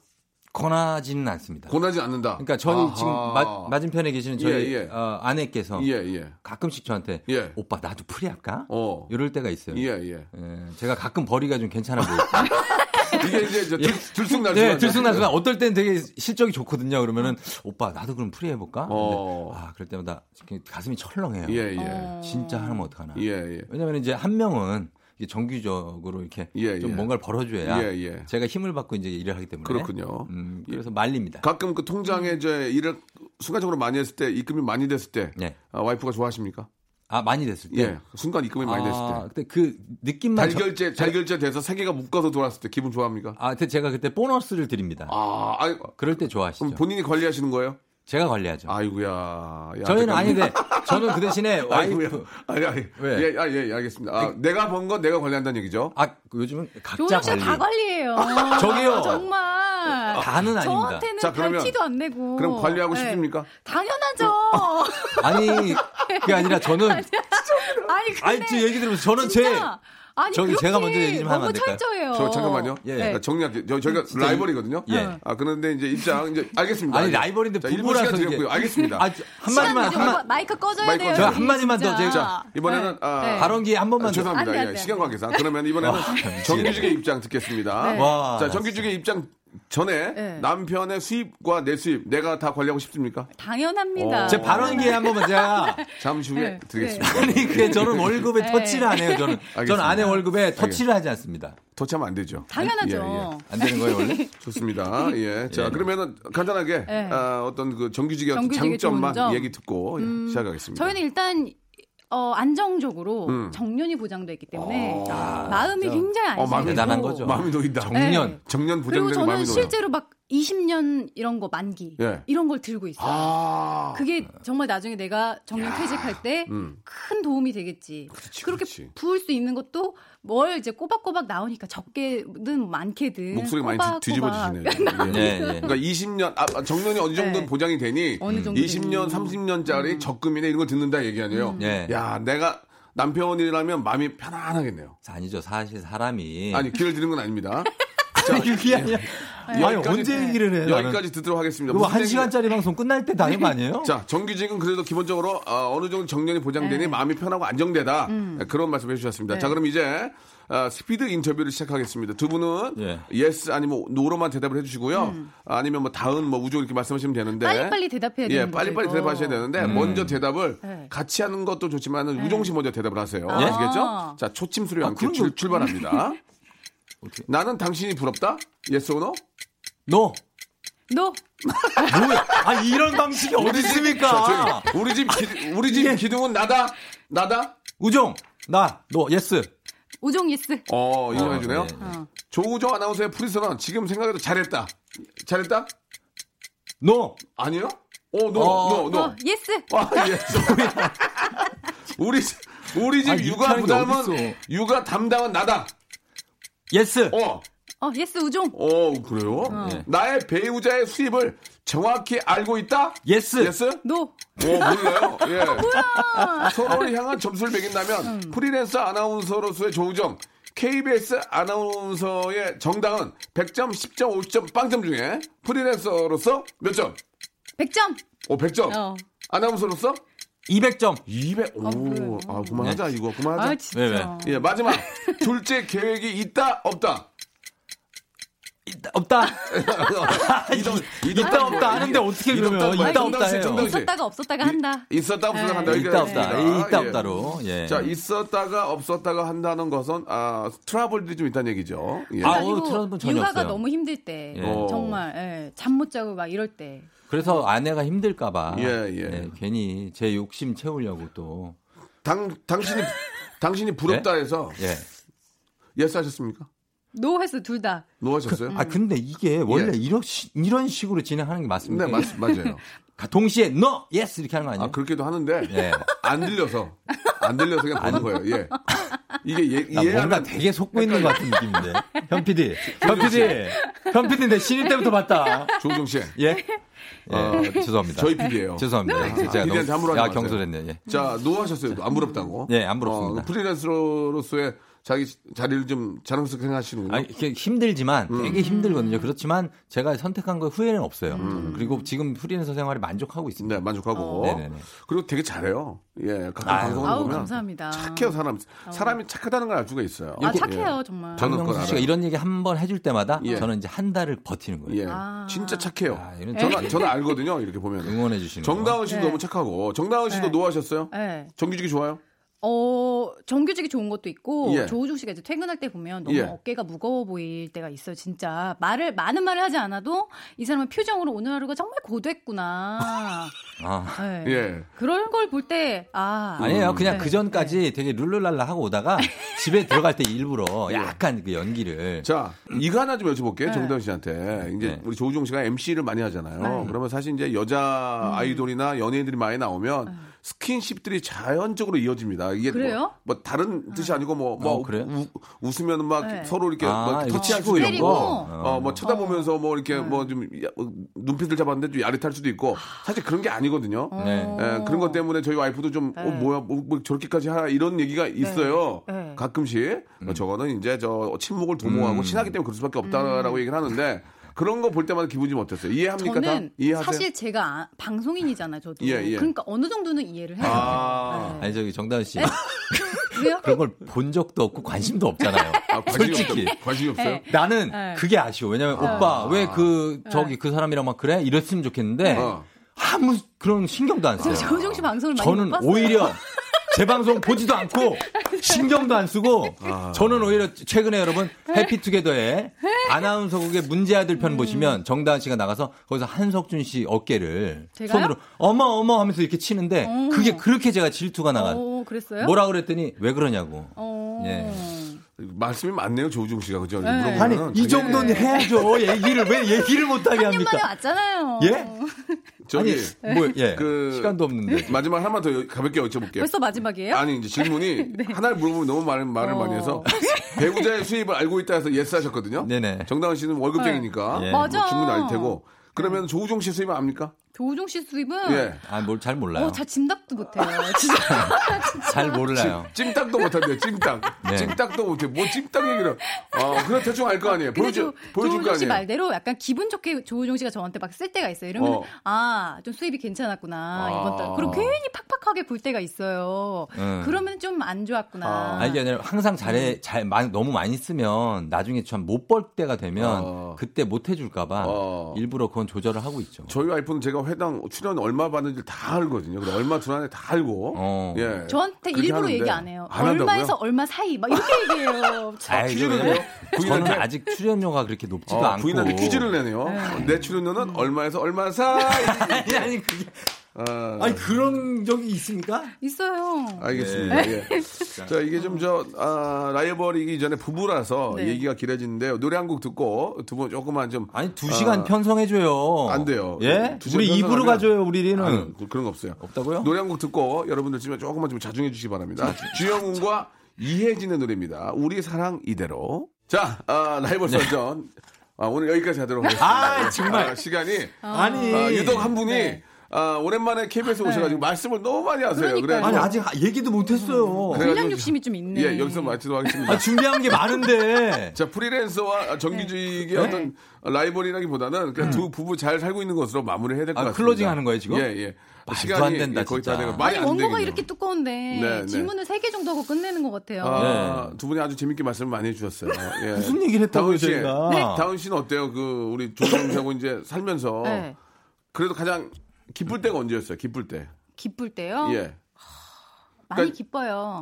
Speaker 9: 권하지는 않습니다.
Speaker 3: 권하지 않는다.
Speaker 9: 그러니까 저희
Speaker 3: 아하.
Speaker 9: 지금 마- 맞은편에 계시는
Speaker 3: 예,
Speaker 9: 저희
Speaker 3: 예.
Speaker 9: 어, 아내께서
Speaker 3: 예, 예.
Speaker 9: 가끔씩 저한테 오빠 나도 프리 할까?
Speaker 3: 어.
Speaker 9: 이럴 때가 있어요.
Speaker 3: 예, 예.
Speaker 9: 제가 가끔 버리가 좀 괜찮아 보여요.
Speaker 3: 이게 이제 저 들, 들쑥날쑥.
Speaker 9: 네, 들쑥날쑥. 어떨 땐 되게 실적이 좋거든요. 그러면은 오빠 나도 그럼 프리 해볼까? 근데, 아 그럴 때마다 이렇게 가슴이 철렁해요.
Speaker 3: 어. 예, 예.
Speaker 9: 진짜 하면 어떡하나.
Speaker 3: 예, 예.
Speaker 9: 왜냐면 이제 한 명은 이게 정규적으로 이렇게
Speaker 3: 예,
Speaker 9: 좀
Speaker 3: 예.
Speaker 9: 뭔가를 벌어줘야
Speaker 3: 예, 예.
Speaker 9: 제가 힘을 받고 이제 일을 하기 때문에
Speaker 3: 그렇군요. 예.
Speaker 9: 음, 그래서 말립니다.
Speaker 3: 가끔 그 통장에 이제 일을 순간적으로 많이 했을 때 입금이 많이 됐을 때
Speaker 9: 네.
Speaker 3: 아, 와이프가 좋아하십니까?
Speaker 9: 아 많이 됐을 때.
Speaker 3: 예. 순간 입금이 많이
Speaker 9: 아,
Speaker 3: 됐을 때.
Speaker 9: 그때 그 느낌만 저-
Speaker 3: 잘결제 잘결제 돼서 세 개가 묶어서 돌아왔을 때 기분 좋아합니까?
Speaker 9: 아, 근데 제가 그때 보너스를 드립니다.
Speaker 3: 아, 아이,
Speaker 9: 그럴 때 좋아하시죠.
Speaker 3: 그럼 본인이 관리하시는 거예요?
Speaker 9: 제가 관리하죠.
Speaker 3: 아이고야. 야,
Speaker 9: 저희는
Speaker 3: 잠깐만.
Speaker 9: 아닌데 저는 그 대신에
Speaker 3: 아이고야.
Speaker 9: 와이프
Speaker 3: 아니, 아니.
Speaker 9: 왜? 그-
Speaker 3: 예, 아, 예, 알겠습니다. 아, 내가 번 건 내가 관리한다는 얘기죠?
Speaker 9: 아, 요즘은 각자
Speaker 10: 조정 씨다 관리해요. 아,
Speaker 3: 저기요.
Speaker 10: 정말.
Speaker 9: 다는 아닙니다.
Speaker 10: 저한테는
Speaker 9: 자,
Speaker 10: 별
Speaker 9: 그러면-
Speaker 10: 티도 안 내고.
Speaker 9: 그럼 관리하고
Speaker 10: 네.
Speaker 9: 싶습니까? 어.
Speaker 10: 당연하죠.
Speaker 9: 아니, 그게 아니라 저는-
Speaker 10: 아니, 아니, 근데
Speaker 9: 아니, 지금 얘기 들으면서 저는 제-
Speaker 10: 진짜, 아니,
Speaker 9: 저기 제가
Speaker 10: 그렇게
Speaker 9: 먼저 얘기 좀 하면 안
Speaker 10: 너무
Speaker 9: 될까요?
Speaker 10: 철저해요.
Speaker 3: 저 잠깐만요.
Speaker 9: 예.
Speaker 3: 네. 정리할게요. 저, 저희가
Speaker 9: 진짜
Speaker 3: 라이벌이거든요.
Speaker 9: 예.
Speaker 3: 아 그런데 이제 입장 이제 알겠습니다. 예.
Speaker 9: 아니, 라이벌인데
Speaker 3: 자, 일본
Speaker 9: 부부라서
Speaker 3: 시간
Speaker 9: 이게-
Speaker 3: 드렸고요. 알겠습니다.
Speaker 9: 아, 저- 한마디만,
Speaker 10: 시간
Speaker 9: 한마-
Speaker 10: 마- 마이크 꺼줘야
Speaker 9: 마이크
Speaker 10: 돼요.
Speaker 9: 꺼줘요.
Speaker 10: 지금
Speaker 9: 한마디만 더
Speaker 10: 진짜.
Speaker 9: 제가-
Speaker 3: 자 이번에는
Speaker 10: 네.
Speaker 3: 아,
Speaker 10: 네.
Speaker 9: 발언 기회 한 번만
Speaker 3: 아,
Speaker 9: 더.
Speaker 3: 죄송합니다.
Speaker 10: 안 돼, 안
Speaker 3: 예,
Speaker 10: 돼,
Speaker 3: 시간
Speaker 10: 안 돼.
Speaker 3: 관계상 그러면 이번에는 정규직의 입장 듣겠습니다.
Speaker 10: 네.
Speaker 9: 아, 와,
Speaker 3: 자 정규직의 입장 전에
Speaker 10: 네.
Speaker 3: 남편의 수입과 내 수입 내가 다 관리하고 싶습니까?
Speaker 10: 당연합니다.
Speaker 3: 어.
Speaker 9: 제 발언 기회 한 번만 제가
Speaker 3: 잠시 후에
Speaker 10: 네.
Speaker 3: 드리겠습니다.
Speaker 9: 아니 그게 저는 월급에
Speaker 10: 아, 네.
Speaker 9: 터치를 안 해요. 저는
Speaker 3: 알겠습니다.
Speaker 9: 저는 아내 월급에 터치를 하지 않습니다.
Speaker 3: 터치하면 안 되죠.
Speaker 10: 당연하죠.
Speaker 9: 안 되는 예, 거예요 원래?
Speaker 3: 좋습니다. 예. 자,
Speaker 9: 예.
Speaker 3: 그러면은 간단하게
Speaker 10: 네.
Speaker 3: 아, 어떤 그 정규직의, 어떤
Speaker 10: 정규직의
Speaker 3: 장점만
Speaker 10: 좋은 점.
Speaker 3: 얘기 듣고 예,
Speaker 10: 음,
Speaker 9: 예.
Speaker 3: 시작하겠습니다.
Speaker 10: 저희는 일단 어, 안정적으로
Speaker 3: 음.
Speaker 10: 정년이 보장되어 있기 때문에
Speaker 3: 아,
Speaker 10: 마음이 굉장히 안정되고
Speaker 3: 어, 마음이
Speaker 9: 대단한 거죠.
Speaker 3: 마음이 놓인다.
Speaker 10: 정년. 네.
Speaker 3: 정년
Speaker 10: 그리고
Speaker 3: 부장되는 마음이 놓여.
Speaker 10: 저는 실제로 막 20년 이런 거 만기
Speaker 3: 예.
Speaker 10: 이런 걸 들고 있어요.
Speaker 3: 아.
Speaker 10: 그게 정말 나중에 내가 정년 퇴직할 때 큰
Speaker 3: 음.
Speaker 10: 도움이 되겠지. 그렇게
Speaker 3: 그렇지.
Speaker 10: 부을 수 있는 것도 뭘 이제 꼬박꼬박 나오니까 적게든 많게든
Speaker 3: 목소리 많이
Speaker 10: 꼬박꼬박. 네.
Speaker 3: 뒤, 집어지시네요
Speaker 9: 네, 네.
Speaker 3: 그러니까 20년 아, 정년이 어느 정도는 보장이 되니
Speaker 10: 어느 정도 음.
Speaker 3: 20년, 30년짜리 적금이나 이런 거 듣는다 얘기 아니에요.
Speaker 10: 예.
Speaker 9: 네.
Speaker 3: 야, 내가 남편이라면 마음이 편안하겠네요.
Speaker 9: 아니죠. 사실 사람이
Speaker 3: 아니, 귀를 들은 건 아닙니다.
Speaker 9: 자, 그게 아니야.
Speaker 10: 예.
Speaker 9: 아니
Speaker 3: 여기까지- 네.
Speaker 9: 언제 얘기를 해? 나는.
Speaker 3: 여기까지 듣도록 하겠습니다.
Speaker 9: 그거
Speaker 3: 무슨
Speaker 9: 한
Speaker 3: 얘기를-
Speaker 9: 시간짜리 방송 끝날 때 당한 거 아니에요?
Speaker 3: 자, 정규직은 그래도 기본적으로 어, 느 정도 정년이 보장되니 마음이 편하고 안정되다. 네, 그런 말씀 해주셨습니다.
Speaker 10: 네.
Speaker 3: 자, 그럼 이제 어, 스피드 인터뷰를 시작하겠습니다. 두 분은
Speaker 9: 예.
Speaker 3: yes 아니면 뭐 no로만 대답을 해주시고요. 아니면 뭐 다은 뭐 우주 이렇게 말씀하시면 되는데
Speaker 10: 음. 빨리빨리 대답해야
Speaker 3: 예,
Speaker 10: 되는 거죠,
Speaker 3: 빨리빨리
Speaker 10: 이거.
Speaker 3: 대답하셔야 되는데
Speaker 9: 음.
Speaker 3: 먼저 대답을
Speaker 10: 네.
Speaker 3: 같이 하는 것도 좋지만 은 우종 씨 먼저 대답을 하세요.
Speaker 10: 아.
Speaker 3: 아시겠죠? 자, 초침 소리와 함께 출, 출발합니다. 나는 당신이 부럽다? yes or no?
Speaker 9: 너
Speaker 10: 너
Speaker 9: 뭐야? 아 이런 방식이 어디 있습니까? 예.
Speaker 3: 자, 저기, 우리 집 기, 우리 집 기둥은 나다. 나다.
Speaker 9: 우종 나 너 예스.
Speaker 10: 우종 예스.
Speaker 3: 어, 이거 해주네요.
Speaker 9: 네, 네.
Speaker 10: 어.
Speaker 3: 조우정 아나운서의 프리선언 지금 생각해도 잘했다. 잘했다?
Speaker 9: 너
Speaker 3: 아니요? 어, 노,
Speaker 9: 어.
Speaker 3: 노, 노.
Speaker 10: 어, 예스.
Speaker 3: 아, 예, sorry. 우리 집, 우리 집
Speaker 9: 아,
Speaker 3: 육아
Speaker 9: 이렇게 하는 게
Speaker 3: 부담은
Speaker 9: 어딨어.
Speaker 3: 육아 담당은 나다.
Speaker 9: 예스.
Speaker 3: 어,
Speaker 10: 어, 예스 우종.
Speaker 3: 어, 그래요?
Speaker 9: 예.
Speaker 3: 나의 배우자의 수입을 정확히 알고 있다?
Speaker 9: 예스.
Speaker 3: 예스?
Speaker 10: 너.
Speaker 3: 어, 몰라요.
Speaker 10: 아,
Speaker 3: 예. 서로를 향한 점수를
Speaker 10: 음.
Speaker 3: 매긴다면 프리랜서 아나운서로서의 조우정, KBS 아나운서의 정다은 100점, 10점, 50점, 빵점 중에 프리랜서로서 몇 점?
Speaker 10: 100점.
Speaker 3: 오, 100점.
Speaker 10: 어.
Speaker 3: 아나운서로서
Speaker 9: 200점.
Speaker 3: 200. 오, 아,
Speaker 9: 네.
Speaker 3: 그만하자 이거 그만하자.
Speaker 10: 아, 진짜.
Speaker 9: 왜, 왜?
Speaker 3: 예, 마지막 둘째 계획이 있다 없다.
Speaker 9: 없다.
Speaker 3: 이동,
Speaker 9: 있다 없다 하는데 어떻게 그러면
Speaker 3: 없다,
Speaker 9: 있다 없다 해요.
Speaker 3: 정답.
Speaker 10: 있었다가 없었다가 네. 한다.
Speaker 3: 있었다 없었다 한다.
Speaker 9: 있다
Speaker 3: 여기까지
Speaker 9: 없다.
Speaker 3: 하겠습니다.
Speaker 9: 있다
Speaker 3: 예.
Speaker 9: 없다로. 예.
Speaker 3: 자, 있었다가 없었다가 한다는 것은 아, 트러블들이 좀 있다는 얘기죠. 예.
Speaker 9: 아, 오늘 트럼프는
Speaker 10: 그리고
Speaker 9: 전혀
Speaker 10: 육아가
Speaker 9: 없어요.
Speaker 10: 너무 힘들 때
Speaker 9: 예.
Speaker 10: 네. 정말 잠 못 자고 막 이럴 때
Speaker 9: 그래서 아내가 힘들까봐
Speaker 3: 예, 예.
Speaker 9: 괜히 제 욕심 채우려고 또
Speaker 3: 당 당신이 당신이 부럽다 해서
Speaker 9: 예.
Speaker 3: 예스 하셨습니까?
Speaker 10: 노 했어 둘 다.
Speaker 3: 노하셨어요?
Speaker 9: 아 근데 이게 원래 이런 시- 이런 식으로 진행하는 게 맞습니까?
Speaker 3: 예. 네, 맞- 맞아요.
Speaker 9: 가- 동시에 no, yes 이렇게 하는 거 아니에요?
Speaker 3: 아, 그렇게도 하는데
Speaker 9: 예.
Speaker 3: 안 들려서 안 들려서 그냥 보는 거예요. 예. 이게 예,
Speaker 9: 나
Speaker 3: 이해하는-
Speaker 9: 아, 뭔가 되게 속고 있는 것 같은 느낌인데. 현 PD, 현 PD, 현 PD 내 신입 때부터 봤다.
Speaker 3: 조우종 씨.
Speaker 9: 예? 예,
Speaker 3: 어,
Speaker 9: 죄송합니다.
Speaker 3: 저희 PD예요.
Speaker 9: 죄송합니다. 제가
Speaker 3: PD한테 함부로 하지
Speaker 9: 야,
Speaker 3: 마세요.
Speaker 9: 경솔했네. 예.
Speaker 3: 자, 노하셨어요. 안 부럽다고.
Speaker 9: 예, 안 부럽습니다.
Speaker 3: 어, 프리랜서로서의 자기 자리를 좀 자랑스럽게 생각하시는군요.
Speaker 9: 음. 아니, 이게 힘들지만
Speaker 3: 음.
Speaker 9: 되게 힘들거든요. 그렇지만 제가 선택한 거에 후회는 없어요. 저는. 그리고 지금 프리랜서 생활에 만족하고 있습니다.
Speaker 3: 네, 만족하고.
Speaker 9: 어. 네네네.
Speaker 3: 그리고 되게 잘해요. 예, 가끔
Speaker 9: 아유.
Speaker 3: 방송을
Speaker 10: 아우
Speaker 3: 보면
Speaker 10: 감사합니다.
Speaker 3: 착해요, 예. 사람. 사람이 착하다는 걸 알 수가 있어요.
Speaker 10: 아 착해요 정말.
Speaker 3: 저는 그걸
Speaker 9: 박명수 씨가
Speaker 3: 알아요.
Speaker 9: 이런 얘기 한 번 해줄 때마다
Speaker 3: 예.
Speaker 9: 저는 이제 한 달을 버티는 거예요.
Speaker 3: 예,
Speaker 10: 아. 예.
Speaker 3: 진짜 착해요.
Speaker 9: 아, 이런
Speaker 3: 저는, 저는 알거든요, 이렇게 보면.
Speaker 9: 응원해 주시는 거.
Speaker 3: 정다은 씨도
Speaker 10: 네.
Speaker 3: 너무 착하고. 정다은 씨도
Speaker 10: 네.
Speaker 3: 노하셨어요?
Speaker 10: 네.
Speaker 3: 정규직이 좋아요?
Speaker 10: 어, 정규직이 좋은 것도 있고
Speaker 3: 예.
Speaker 10: 조우중 씨가 이제 퇴근할 때 보면 너무
Speaker 3: 예.
Speaker 10: 어깨가 무거워 보일 때가 있어요. 진짜 말을 많은 말을 하지 않아도 이 사람은 표정으로 오늘 하루가 정말 고됐구나.
Speaker 9: 아.
Speaker 10: 네.
Speaker 3: 예.
Speaker 10: 그런 걸 볼 때 아
Speaker 3: 음.
Speaker 9: 아니에요. 그냥
Speaker 10: 네.
Speaker 9: 그 전까지 되게 룰루랄라 하고 오다가 집에 들어갈 때 일부러 약간 그 연기를
Speaker 3: 자, 이거 하나 좀
Speaker 10: 네.
Speaker 3: 여쭤볼게요, 정다은 씨한테. 이제
Speaker 9: 네.
Speaker 3: 우리 조우종 씨가 MC를 많이 하잖아요.
Speaker 10: 네.
Speaker 3: 그러면 사실 이제 여자
Speaker 10: 음.
Speaker 3: 아이돌이나 연예인들이 많이 나오면 스킨십들이 자연적으로 이어집니다. 이게 뭐-
Speaker 10: 네. 그래요?
Speaker 3: 뭐, 다른 뜻이 아니고 뭐, 뭐
Speaker 9: 어, 그래요?
Speaker 3: 우, 웃으면 막
Speaker 10: 네.
Speaker 3: 서로 이렇게
Speaker 9: 아,
Speaker 3: 막
Speaker 9: 이거
Speaker 3: 터치하고
Speaker 9: 치고
Speaker 3: 이런
Speaker 10: 때리고. 네.
Speaker 3: 거. 어, 뭐 쳐다보면서 뭐 이렇게 뭐 좀 눈빛을 잡았는데 좀 야릇할 수도
Speaker 10: 아.
Speaker 3: 있고 사실 그런 게 아니거든요.
Speaker 10: 어.
Speaker 9: 네.
Speaker 3: 예, 그런 것 때문에 저희 와이프도 좀, 어, 뭐야, 뭐, 뭐 저렇게까지 하나, 이런 얘기가 있어요.
Speaker 10: 네.
Speaker 3: 가끔씩. 어, 저거는 이제 저 침묵을 도모하고
Speaker 9: 음.
Speaker 3: 친하기 때문에 그럴 수밖에
Speaker 10: 음.
Speaker 3: 없다라고 얘기를 하는데 그런 거 볼 때마다 기분이 좀 어땠어요? 이해합니까?
Speaker 10: 저는
Speaker 3: 다? 이해하세요?
Speaker 10: 사실 제가 아- 방송인이잖아요, 저도.
Speaker 3: 예, 예.
Speaker 10: 그러니까 어느 정도는 이해를 해요. 예.
Speaker 3: 아.
Speaker 9: 아니 저기 정다은 씨
Speaker 10: 왜요?
Speaker 9: 그런 걸 본 적도 없고 관심도 없잖아요.
Speaker 3: 아, 관심이
Speaker 9: 솔직히.
Speaker 3: 없어요? 관심이 없어요?
Speaker 10: 네.
Speaker 9: 나는
Speaker 10: 네.
Speaker 9: 그게 아쉬워. 왜냐면 오빠 왜 그 저기 그 사람이랑 막 그래 이랬으면 좋겠는데
Speaker 3: 어.
Speaker 9: 아무 그런 신경도 안
Speaker 3: 아.
Speaker 9: 써요.
Speaker 10: 저 조우중 씨 방송을 많이 못
Speaker 9: 저는
Speaker 10: 봤어요.
Speaker 9: 오히려 제 방송 보지도 않고 신경도 안 쓰고 저는 오히려 최근에 여러분 해피투게더의 아나운서국의 문제아들
Speaker 10: 음.
Speaker 9: 편 보시면 정다은 씨가 나가서 거기서 한석준 씨 어깨를
Speaker 10: 제가요?
Speaker 9: 손으로 어머 어머 하면서 이렇게 치는데 그게 그렇게 제가 질투가 나가
Speaker 10: 오, 어, 그랬어요?
Speaker 9: 뭐라 그랬더니 왜 그러냐고
Speaker 10: 어.
Speaker 9: 예.
Speaker 3: 말씀이 많네요, 조우중 씨가. 그죠?
Speaker 10: 네.
Speaker 3: 물어보면은
Speaker 9: 아니
Speaker 3: 자기-
Speaker 9: 이 정도는 해야죠 얘기를 왜 얘기를 못하게
Speaker 10: 3년 만에
Speaker 9: 합니까
Speaker 10: 왔잖아요.
Speaker 9: 예?
Speaker 3: 저기
Speaker 9: 아니 뭐예
Speaker 3: 어. 그-
Speaker 9: 시간도 없는데
Speaker 3: 마지막 하나만 더 여- 가볍게 여쭤볼게요.
Speaker 10: 벌써 마지막이에요? 네.
Speaker 3: 아니 이제 질문이 하나를 물어보면 너무 많은 말을
Speaker 10: 어.
Speaker 3: 많이 해서 배우자의 수입을 알고 있다 해서 예스 하셨거든요.
Speaker 9: 네네.
Speaker 3: 정다은 씨는 월급쟁이니까
Speaker 9: 네. 예.
Speaker 3: 뭐
Speaker 10: 맞아. 네.
Speaker 3: 충분히 알 테고. 그러면 조우종 씨 수입은 압니까?
Speaker 10: 조우중 씨 수입은
Speaker 3: 예.
Speaker 9: 아뭘잘 몰라요
Speaker 10: 어, 잘 짐작도 못해요. 진짜.
Speaker 9: 잘 몰라요
Speaker 3: 찜닭도 못한대요. 찜닭.
Speaker 9: 네.
Speaker 3: 찜닭도 못해. 뭐 찜닭 얘기를. 아, 그럼 대충 알 거 아니에요.
Speaker 10: 근데
Speaker 3: 보여줄
Speaker 10: 조,
Speaker 3: 보여줄 거
Speaker 10: 조우종 씨
Speaker 3: 아니에요.
Speaker 10: 말대로 약간 기분 좋게 조우종 씨가 저한테 막 쓸 때가 있어요. 이러면
Speaker 3: 어.
Speaker 10: 아, 좀 수입이 괜찮았구나.
Speaker 3: 아.
Speaker 10: 이번 달. 그럼 괜히 팍팍하게 볼 때가 있어요.
Speaker 3: 예.
Speaker 9: 음.
Speaker 10: 그러면 좀 안 좋았구나.
Speaker 9: 아, 이게 아니라 항상
Speaker 3: 음.
Speaker 9: 잘해, 잘, 많이- 너무 많이 쓰면 나중에 참 못 벌 때가 되면
Speaker 3: 어.
Speaker 9: 그때 못 해줄까봐
Speaker 3: 어.
Speaker 9: 일부러 그건 조절을 하고 있죠.
Speaker 3: 저희 와이프는 제가 회당 출연 얼마 받는지 다 알거든요. 근데 얼마 들어가는지 다 알고.
Speaker 9: 어.
Speaker 3: 예.
Speaker 10: 저한테
Speaker 3: 그렇게
Speaker 10: 일부러
Speaker 3: 하는데
Speaker 10: 얘기 안 해요.
Speaker 3: 안
Speaker 10: 얼마에서
Speaker 3: 한다고요?
Speaker 10: 얼마 사이 막 이렇게 얘기해요. 참.
Speaker 9: 아이,
Speaker 3: 퀴즈를
Speaker 9: 왜냐면
Speaker 3: 내요?
Speaker 9: 저는
Speaker 3: 부인한테?
Speaker 9: 아직 출연료가 그렇게 높지도
Speaker 3: 어,
Speaker 9: 않고.
Speaker 3: 부인한테 퀴즈를 내네요. 내 출연료는
Speaker 10: 음.
Speaker 3: 얼마에서 얼마 사이.
Speaker 9: 아니, 아니, 그게,
Speaker 3: 어,
Speaker 9: 아니, 그런 적이 있습니까?
Speaker 10: 있어요.
Speaker 3: 알겠습니다.
Speaker 9: 네.
Speaker 3: 예.
Speaker 9: 그러니까.
Speaker 3: 자, 이게 좀 저 아, 라이벌이기 전에 부부라서
Speaker 10: 네.
Speaker 3: 얘기가 길어지는데요. 노래 한 곡 듣고 두 분 조금만 좀
Speaker 9: 아니, 두 시간
Speaker 3: 아.
Speaker 9: 편성해줘요.
Speaker 3: 안 돼요.
Speaker 9: 예?
Speaker 3: 두 시간
Speaker 9: 우리 입으로
Speaker 3: 편성하면-
Speaker 9: 가줘요, 우리는.
Speaker 3: 아니, 그- 그런 거 없어요.
Speaker 9: 없다고요?
Speaker 3: 노래 한 곡 듣고 여러분들 지금 조금만 좀 자중해 주시기 바랍니다. 주영훈과 이혜진의 노래입니다. 우리 사랑 이대로. 자, 아, 라이벌 선전. 아, 오늘 여기까지 하도록 하겠습니다.
Speaker 9: 네. 아, 정말.
Speaker 3: 아, 시간이.
Speaker 9: 아니. 네.
Speaker 3: 아, 유독 한 분이 아, 오랜만에 KBS 오셔가지고 말씀을 너무 많이 하세요. 그래.
Speaker 10: 그러니까요.
Speaker 9: 아니, 아직 얘기도 못했어요.
Speaker 3: 그래가지고-
Speaker 10: 분량 욕심이 좀 있네.
Speaker 3: 예, 여기서 마치도록 하겠습니다.
Speaker 9: 아, 준비한 게 많은데.
Speaker 3: 자, 프리랜서와 정규직의
Speaker 9: 네.
Speaker 3: 어떤 라이벌이라기보다는 그냥 두 부부 잘 살고 있는 것으로 마무리해야 될 것
Speaker 9: 음. 아,
Speaker 3: 같습니다.
Speaker 9: 클로징 하는 거예요, 지금?
Speaker 3: 예, 예.
Speaker 9: 말도 안 된다,
Speaker 3: 거의 다
Speaker 9: 진짜.
Speaker 3: 돼가- 말이
Speaker 10: 아니,
Speaker 3: 안
Speaker 10: 원고가
Speaker 3: 되겠네요.
Speaker 10: 이렇게 두꺼운데
Speaker 3: 네, 네.
Speaker 10: 질문을 세 개 정도 하고 끝내는 것 같아요.
Speaker 3: 아, 두 분이 아주 재밌게 말씀을 많이 해주셨어요. 예.
Speaker 9: 네. 무슨 얘기를 했다고요,
Speaker 3: 다은 씨,
Speaker 9: 저희가? 네.
Speaker 3: 다은 씨는 어때요? 그, 우리 조정하고 이제 살면서
Speaker 10: 네.
Speaker 3: 그래도 가장 기쁠 때가 언제였어요? 기쁠 때.
Speaker 10: 기쁠 때요.
Speaker 3: 예.
Speaker 10: 많이
Speaker 3: 그러니까-
Speaker 10: 기뻐요.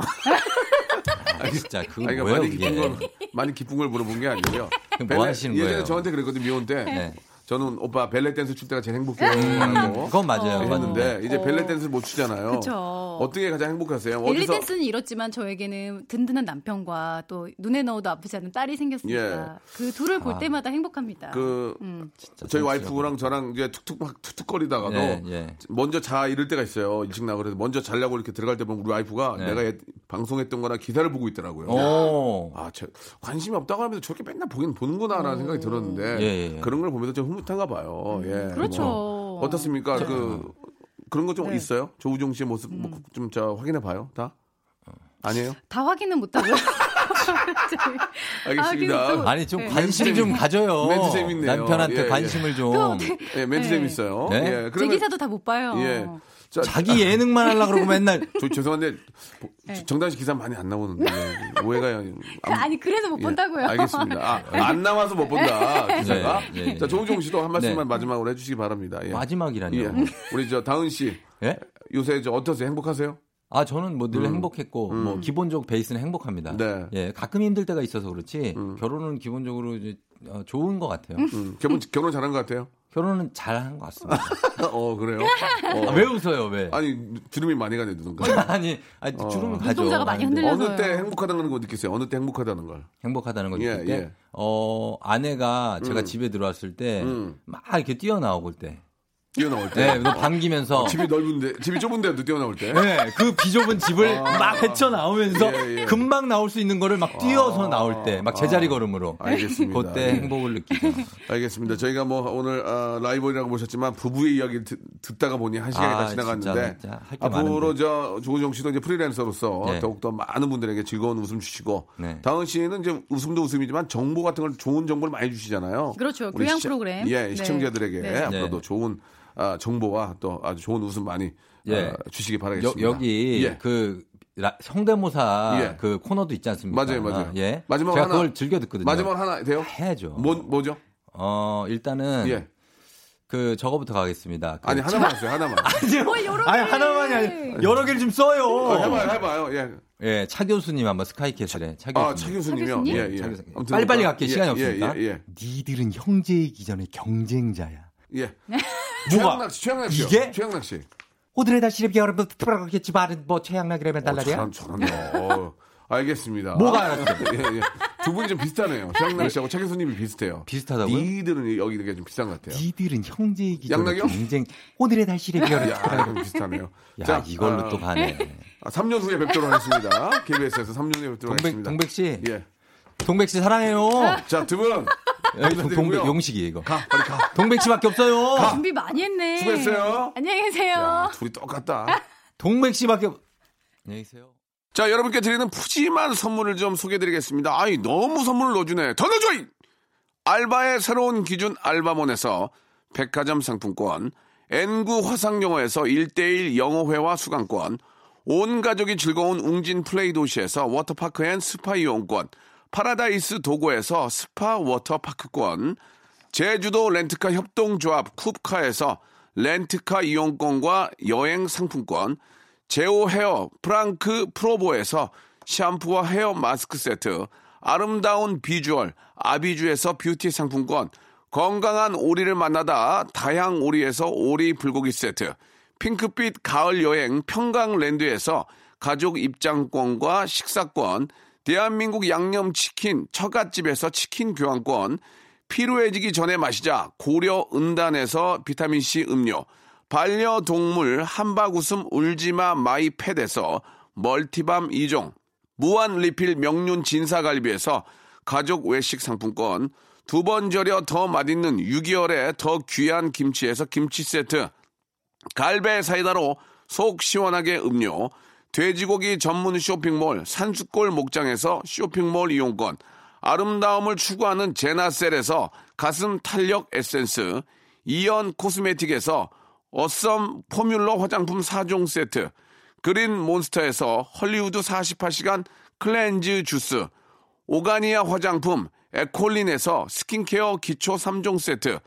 Speaker 9: 아, 진짜, 그건
Speaker 3: 아니, 그러니까
Speaker 9: 뭐예요,
Speaker 3: 많이
Speaker 9: 그게.
Speaker 3: 기쁜 걸, 많이 기쁜 걸 물어본 게 아니고요.
Speaker 9: 뭐
Speaker 3: 맨날
Speaker 9: 하시는
Speaker 3: 예전에
Speaker 9: 거예요?
Speaker 3: 저한테 그랬거든요, 미혼 때.
Speaker 9: 네.
Speaker 3: 저는 오빠 벨레 댄스 출 때가 제일 행복해요.
Speaker 9: 음, 그건 맞아요.
Speaker 3: 했는데
Speaker 9: 어.
Speaker 3: 이제
Speaker 10: 어.
Speaker 3: 벨레 댄스를 못 추잖아요.
Speaker 10: 그쵸.
Speaker 3: 어떻게 가장 행복하세요?
Speaker 10: 벨리
Speaker 3: 어디서
Speaker 10: 댄스는 이렇지만 저에게는 든든한 남편과 또 눈에 넣어도 아프지 않은 딸이 생겼으니까 그 둘을 볼
Speaker 3: 아.
Speaker 10: 때마다 행복합니다.
Speaker 3: 그
Speaker 10: 음.
Speaker 3: 저희 와이프랑 저랑 이제 툭툭 막 툭툭거리다가도
Speaker 9: 예, 예.
Speaker 3: 먼저 자 이럴 때가 있어요. 일찍 나가 그래서 먼저 자려고 이렇게 들어갈 때 보면 우리 와이프가
Speaker 9: 네. 어.
Speaker 3: 내가 예- 방송했던 거나 기사를 보고 있더라고요.
Speaker 9: 오.
Speaker 3: 아, 저- 관심이 없다고 하면서 저렇게 맨날 보긴 보는구나라는 생각이 들었는데
Speaker 9: 예, 예.
Speaker 3: 그런 걸 보면서 좀 흐뭇한가 봐요. 예.
Speaker 10: 음. 그렇죠.
Speaker 3: 뭐 어떻습니까?
Speaker 9: 음.
Speaker 3: 그 그런 거 좀
Speaker 10: 네. 음.
Speaker 3: 있어요? 조우종 씨의 모습 뭐 좀 저 확인해 봐요. 다
Speaker 9: 어.
Speaker 3: 아니에요?
Speaker 10: 다 확인은 못하고요.
Speaker 3: 알겠습니다.
Speaker 9: 아니
Speaker 10: 네.
Speaker 9: 좀 관심 좀 가져요.
Speaker 3: 멘트 재밌네요.
Speaker 9: 남편한테
Speaker 3: 예, 예.
Speaker 9: 관심을 좀.
Speaker 10: 그럼 어떻게-
Speaker 3: 예, 멘트
Speaker 10: 네.
Speaker 3: 재밌어요.
Speaker 9: 네?
Speaker 3: 예,
Speaker 10: 제
Speaker 3: 그러면-
Speaker 10: 기사도 다 못 봐요.
Speaker 3: 예. 자,
Speaker 9: 자기 예능만 하려고 그러고 맨날.
Speaker 3: 저, 죄송한데 보-
Speaker 10: 네.
Speaker 3: 정당 씨 기사 많이 안 나오는데 오해가 안-
Speaker 10: 아니 그래서 못
Speaker 3: 예,
Speaker 10: 본다고요.
Speaker 3: 알겠습니다. 아, 안 나와서 못 본다 기사가.
Speaker 9: 네, 네, 네.
Speaker 3: 자 조우종 씨도 한 말씀만
Speaker 9: 네. 아,
Speaker 3: 마지막으로 해주시기 바랍니다. 예.
Speaker 9: 마지막이라뇨.
Speaker 3: 예. 우리 저 다은 씨
Speaker 9: 예?
Speaker 3: 요새 저 어떠세요? 행복하세요?
Speaker 9: 아 저는 뭐 늘
Speaker 3: 음.
Speaker 9: 행복했고 뭐 기본적 베이스는 행복합니다.
Speaker 3: 네.
Speaker 9: 예, 가끔 힘들 때가 있어서 그렇지 결혼은 기본적으로 이제 어, 좋은 것 같아요.
Speaker 3: 음, 결혼 결혼 잘한 것 같아요.
Speaker 9: 결혼은 잘한 것 같습니다.
Speaker 3: 어 그래요.
Speaker 9: 아,
Speaker 3: 어.
Speaker 9: 왜 웃어요? 왜?
Speaker 3: 아니 주름이 많이 가네 누군가.
Speaker 9: 아니, 아니
Speaker 3: 어,
Speaker 9: 주름 가죠.
Speaker 10: 눈동자가 많이 흔들려서요.
Speaker 3: 어느 때 행복하다는 거 느끼세요? 어느 때 행복하다는 걸?
Speaker 9: 행복하다는 걸
Speaker 3: 예,
Speaker 9: 느낄 때,
Speaker 3: 예.
Speaker 9: 어 아내가 제가 집에 들어왔을 때 막
Speaker 3: 음.
Speaker 9: 이렇게 뛰어나올 때,
Speaker 3: 뛰어나올 때.
Speaker 9: 네, 너 반기면서,
Speaker 3: 집이 넓은데 집이 좁은데도 뛰어나올 때.
Speaker 9: 네, 그 비좁은 집을
Speaker 3: 아.
Speaker 9: 막 헤쳐나오면서
Speaker 3: 예, 예.
Speaker 9: 금방 나올 수 있는 거를 막 뛰어서 나올 때, 막 제자리 걸음으로,
Speaker 3: 아, 알겠습니다.
Speaker 9: 그때
Speaker 3: 예.
Speaker 9: 행복을 느끼죠.
Speaker 3: 알겠습니다. 저희가 뭐 오늘 아, 라이벌이라고 보셨지만 부부의 이야기를 듣, 다가 보니 한 시간이
Speaker 9: 아,
Speaker 3: 다 지나갔는데
Speaker 9: 진짜, 진짜 할게
Speaker 3: 앞으로
Speaker 9: 많은데.
Speaker 3: 저 조우정 씨도 이제 프리랜서로서
Speaker 9: 네.
Speaker 3: 더욱더 많은 분들에게 즐거운 웃음 주시고
Speaker 9: 네.
Speaker 3: 다은 씨는 이제 웃음도 웃음이지만 정보 같은 걸 좋은 정보를 많이 주시잖아요.
Speaker 10: 그렇죠.
Speaker 3: 우리
Speaker 10: 교양 프로그램.
Speaker 3: 예,
Speaker 10: 네.
Speaker 3: 시청자들에게
Speaker 10: 네.
Speaker 3: 앞으로도
Speaker 9: 네.
Speaker 3: 좋은 아, 정보와 또 아주 좋은 웃음 많이
Speaker 9: 예.
Speaker 3: 아, 주시기 바라겠습니다.
Speaker 9: 여, 기
Speaker 3: 예.
Speaker 9: 그 라- 성대모사
Speaker 3: 예.
Speaker 9: 그 코너도 있지 않습니까?
Speaker 3: 맞아요, 맞아요.
Speaker 9: 예,
Speaker 3: 마지막
Speaker 9: 제가
Speaker 3: 하나.
Speaker 9: 그걸 즐겨 듣거든요.
Speaker 3: 마지막 하나 돼요?
Speaker 9: 해야죠.
Speaker 3: 뭔 뭐죠?
Speaker 9: 어 일단은
Speaker 3: 예.
Speaker 9: 그 저거부터 가겠습니다. 그
Speaker 3: 아니 하나만 하세요. 하나만.
Speaker 10: 뭘 여러
Speaker 9: 아니
Speaker 10: 개.
Speaker 9: 하나만이 아니 여러 개를 좀
Speaker 3: 어,
Speaker 9: 써요.
Speaker 3: 해봐요, 해봐요. 예.
Speaker 9: 예, 차 교수님 한번 스카이캐슬에 차 교수님.
Speaker 3: 아, 차 교수님이요.
Speaker 10: 교수님?
Speaker 3: 예, 예.
Speaker 9: 차 교수님.
Speaker 3: 아무튼
Speaker 9: 빨리빨리
Speaker 3: 뭐,
Speaker 9: 갈게
Speaker 3: 예,
Speaker 9: 시간이
Speaker 3: 예,
Speaker 9: 없으니까.
Speaker 3: 예, 예.
Speaker 9: 니들은 형제이기 전에 경쟁자야.
Speaker 3: 예. 최양락
Speaker 9: 뭐가?
Speaker 3: 씨, 최양락 씨.
Speaker 9: 이게?
Speaker 3: 최양락 씨.
Speaker 9: 오늘의 다시 비 여러분 돌아가겠지만 뭐 최양락이라면
Speaker 3: 어,
Speaker 9: 달라리야.
Speaker 3: 잘한, 잘한다. 어, 알겠습니다.
Speaker 9: 뭐가
Speaker 3: 아,
Speaker 9: 알았어?
Speaker 3: 예, 예. 두 분이 좀 비슷하네요. 최양락 씨하고 차 교수님이 비슷해요.
Speaker 9: 비슷하다고요?
Speaker 3: 니들은 여기 되게 좀 비슷한 것 같아요.
Speaker 9: 니들은 형제이기 전에
Speaker 3: 양락이요?
Speaker 9: 경쟁. 오늘의 다시 비 여러분.
Speaker 3: 야, 좀 비슷하네요.
Speaker 9: 야 이걸로 또 가네.
Speaker 3: 아, 3년 후에 뵙도록 하겠습니다. KBS에서 3년 후에 뵙도록
Speaker 9: 동백
Speaker 3: 하겠습니다.
Speaker 9: 동백 씨,
Speaker 3: 예.
Speaker 9: 동백 씨 사랑해요.
Speaker 3: 자, 두 분.
Speaker 9: 여기 예, 동- 동백
Speaker 3: 축하드리고요.
Speaker 9: 용식이 이거.
Speaker 3: 가, 빨리 가.
Speaker 9: 동백 씨밖에 없어요.
Speaker 10: 준비 많이 했네.
Speaker 3: 수고했어요.
Speaker 10: 안녕히 계세요.
Speaker 3: 야, 둘이 똑같다.
Speaker 9: 동백 씨밖에 없. 안녕히 계세요.
Speaker 3: 자, 여러분께 드리는 푸짐한 선물을 좀 소개해드리겠습니다. 아이, 너무 선물을 넣어주네. 더 넣어줘! 이! 알바의 새로운 기준 알바몬에서 백화점 상품권, N구 화상영어에서 1대1 영어회화 수강권, 온 가족이 즐거운 웅진 플레이 도시에서 워터파크 앤 스파 이용권, 파라다이스 도고에서 스파 워터파크권, 제주도 렌트카 협동조합 쿱카에서 렌트카 이용권과 여행 상품권, 제오 헤어 프랑크 프로보에서 샴푸와 헤어 마스크 세트, 아름다운 비주얼 아비주에서 뷰티 상품권, 건강한 오리를 만나다 다양 오리에서 오리 불고기 세트, 핑크빛 가을 여행 평강랜드에서 가족 입장권과 식사권, 대한민국 양념치킨 처갓집에서 치킨 교환권, 피로해지기 전에 마시자 고려 은단에서 비타민C 음료, 반려동물 한바구음 울지마 마이패드에서 멀티밤 2종, 무한 리필 명륜 진사갈비에서 가족 외식 상품권, 두 번 절여 더 맛있는 6개월에 더 귀한 김치에서 김치 세트, 갈배 사이다로 속 시원하게 음료, 돼지고기 전문 쇼핑몰 산수골 목장에서 쇼핑몰 이용권, 아름다움을 추구하는 제나셀에서 가슴 탄력 에센스, 이연 코스메틱에서 어썸 포뮬러 화장품 4종 세트, 그린 몬스터에서 헐리우드 48시간 클렌즈 주스, 오가니아 화장품 에콜린에서 스킨케어 기초 3종 세트,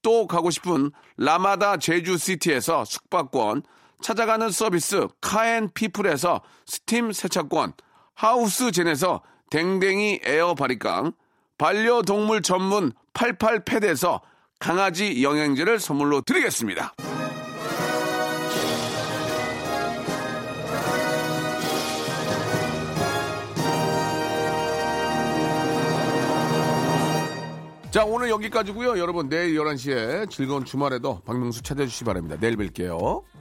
Speaker 3: 또 가고 싶은 라마다 제주시티에서 숙박권, 찾아가는 서비스 카앤피플에서 스팀 세차권, 하우스젠에서 댕댕이 에어 바리깡, 반려동물 전문 88패드에서 강아지 영양제를 선물로 드리겠습니다. 자, 오늘 여기까지고요 여러분, 내일 11시에 즐거운 주말에도 박명수 찾아주시기 바랍니다. 내일 뵐게요.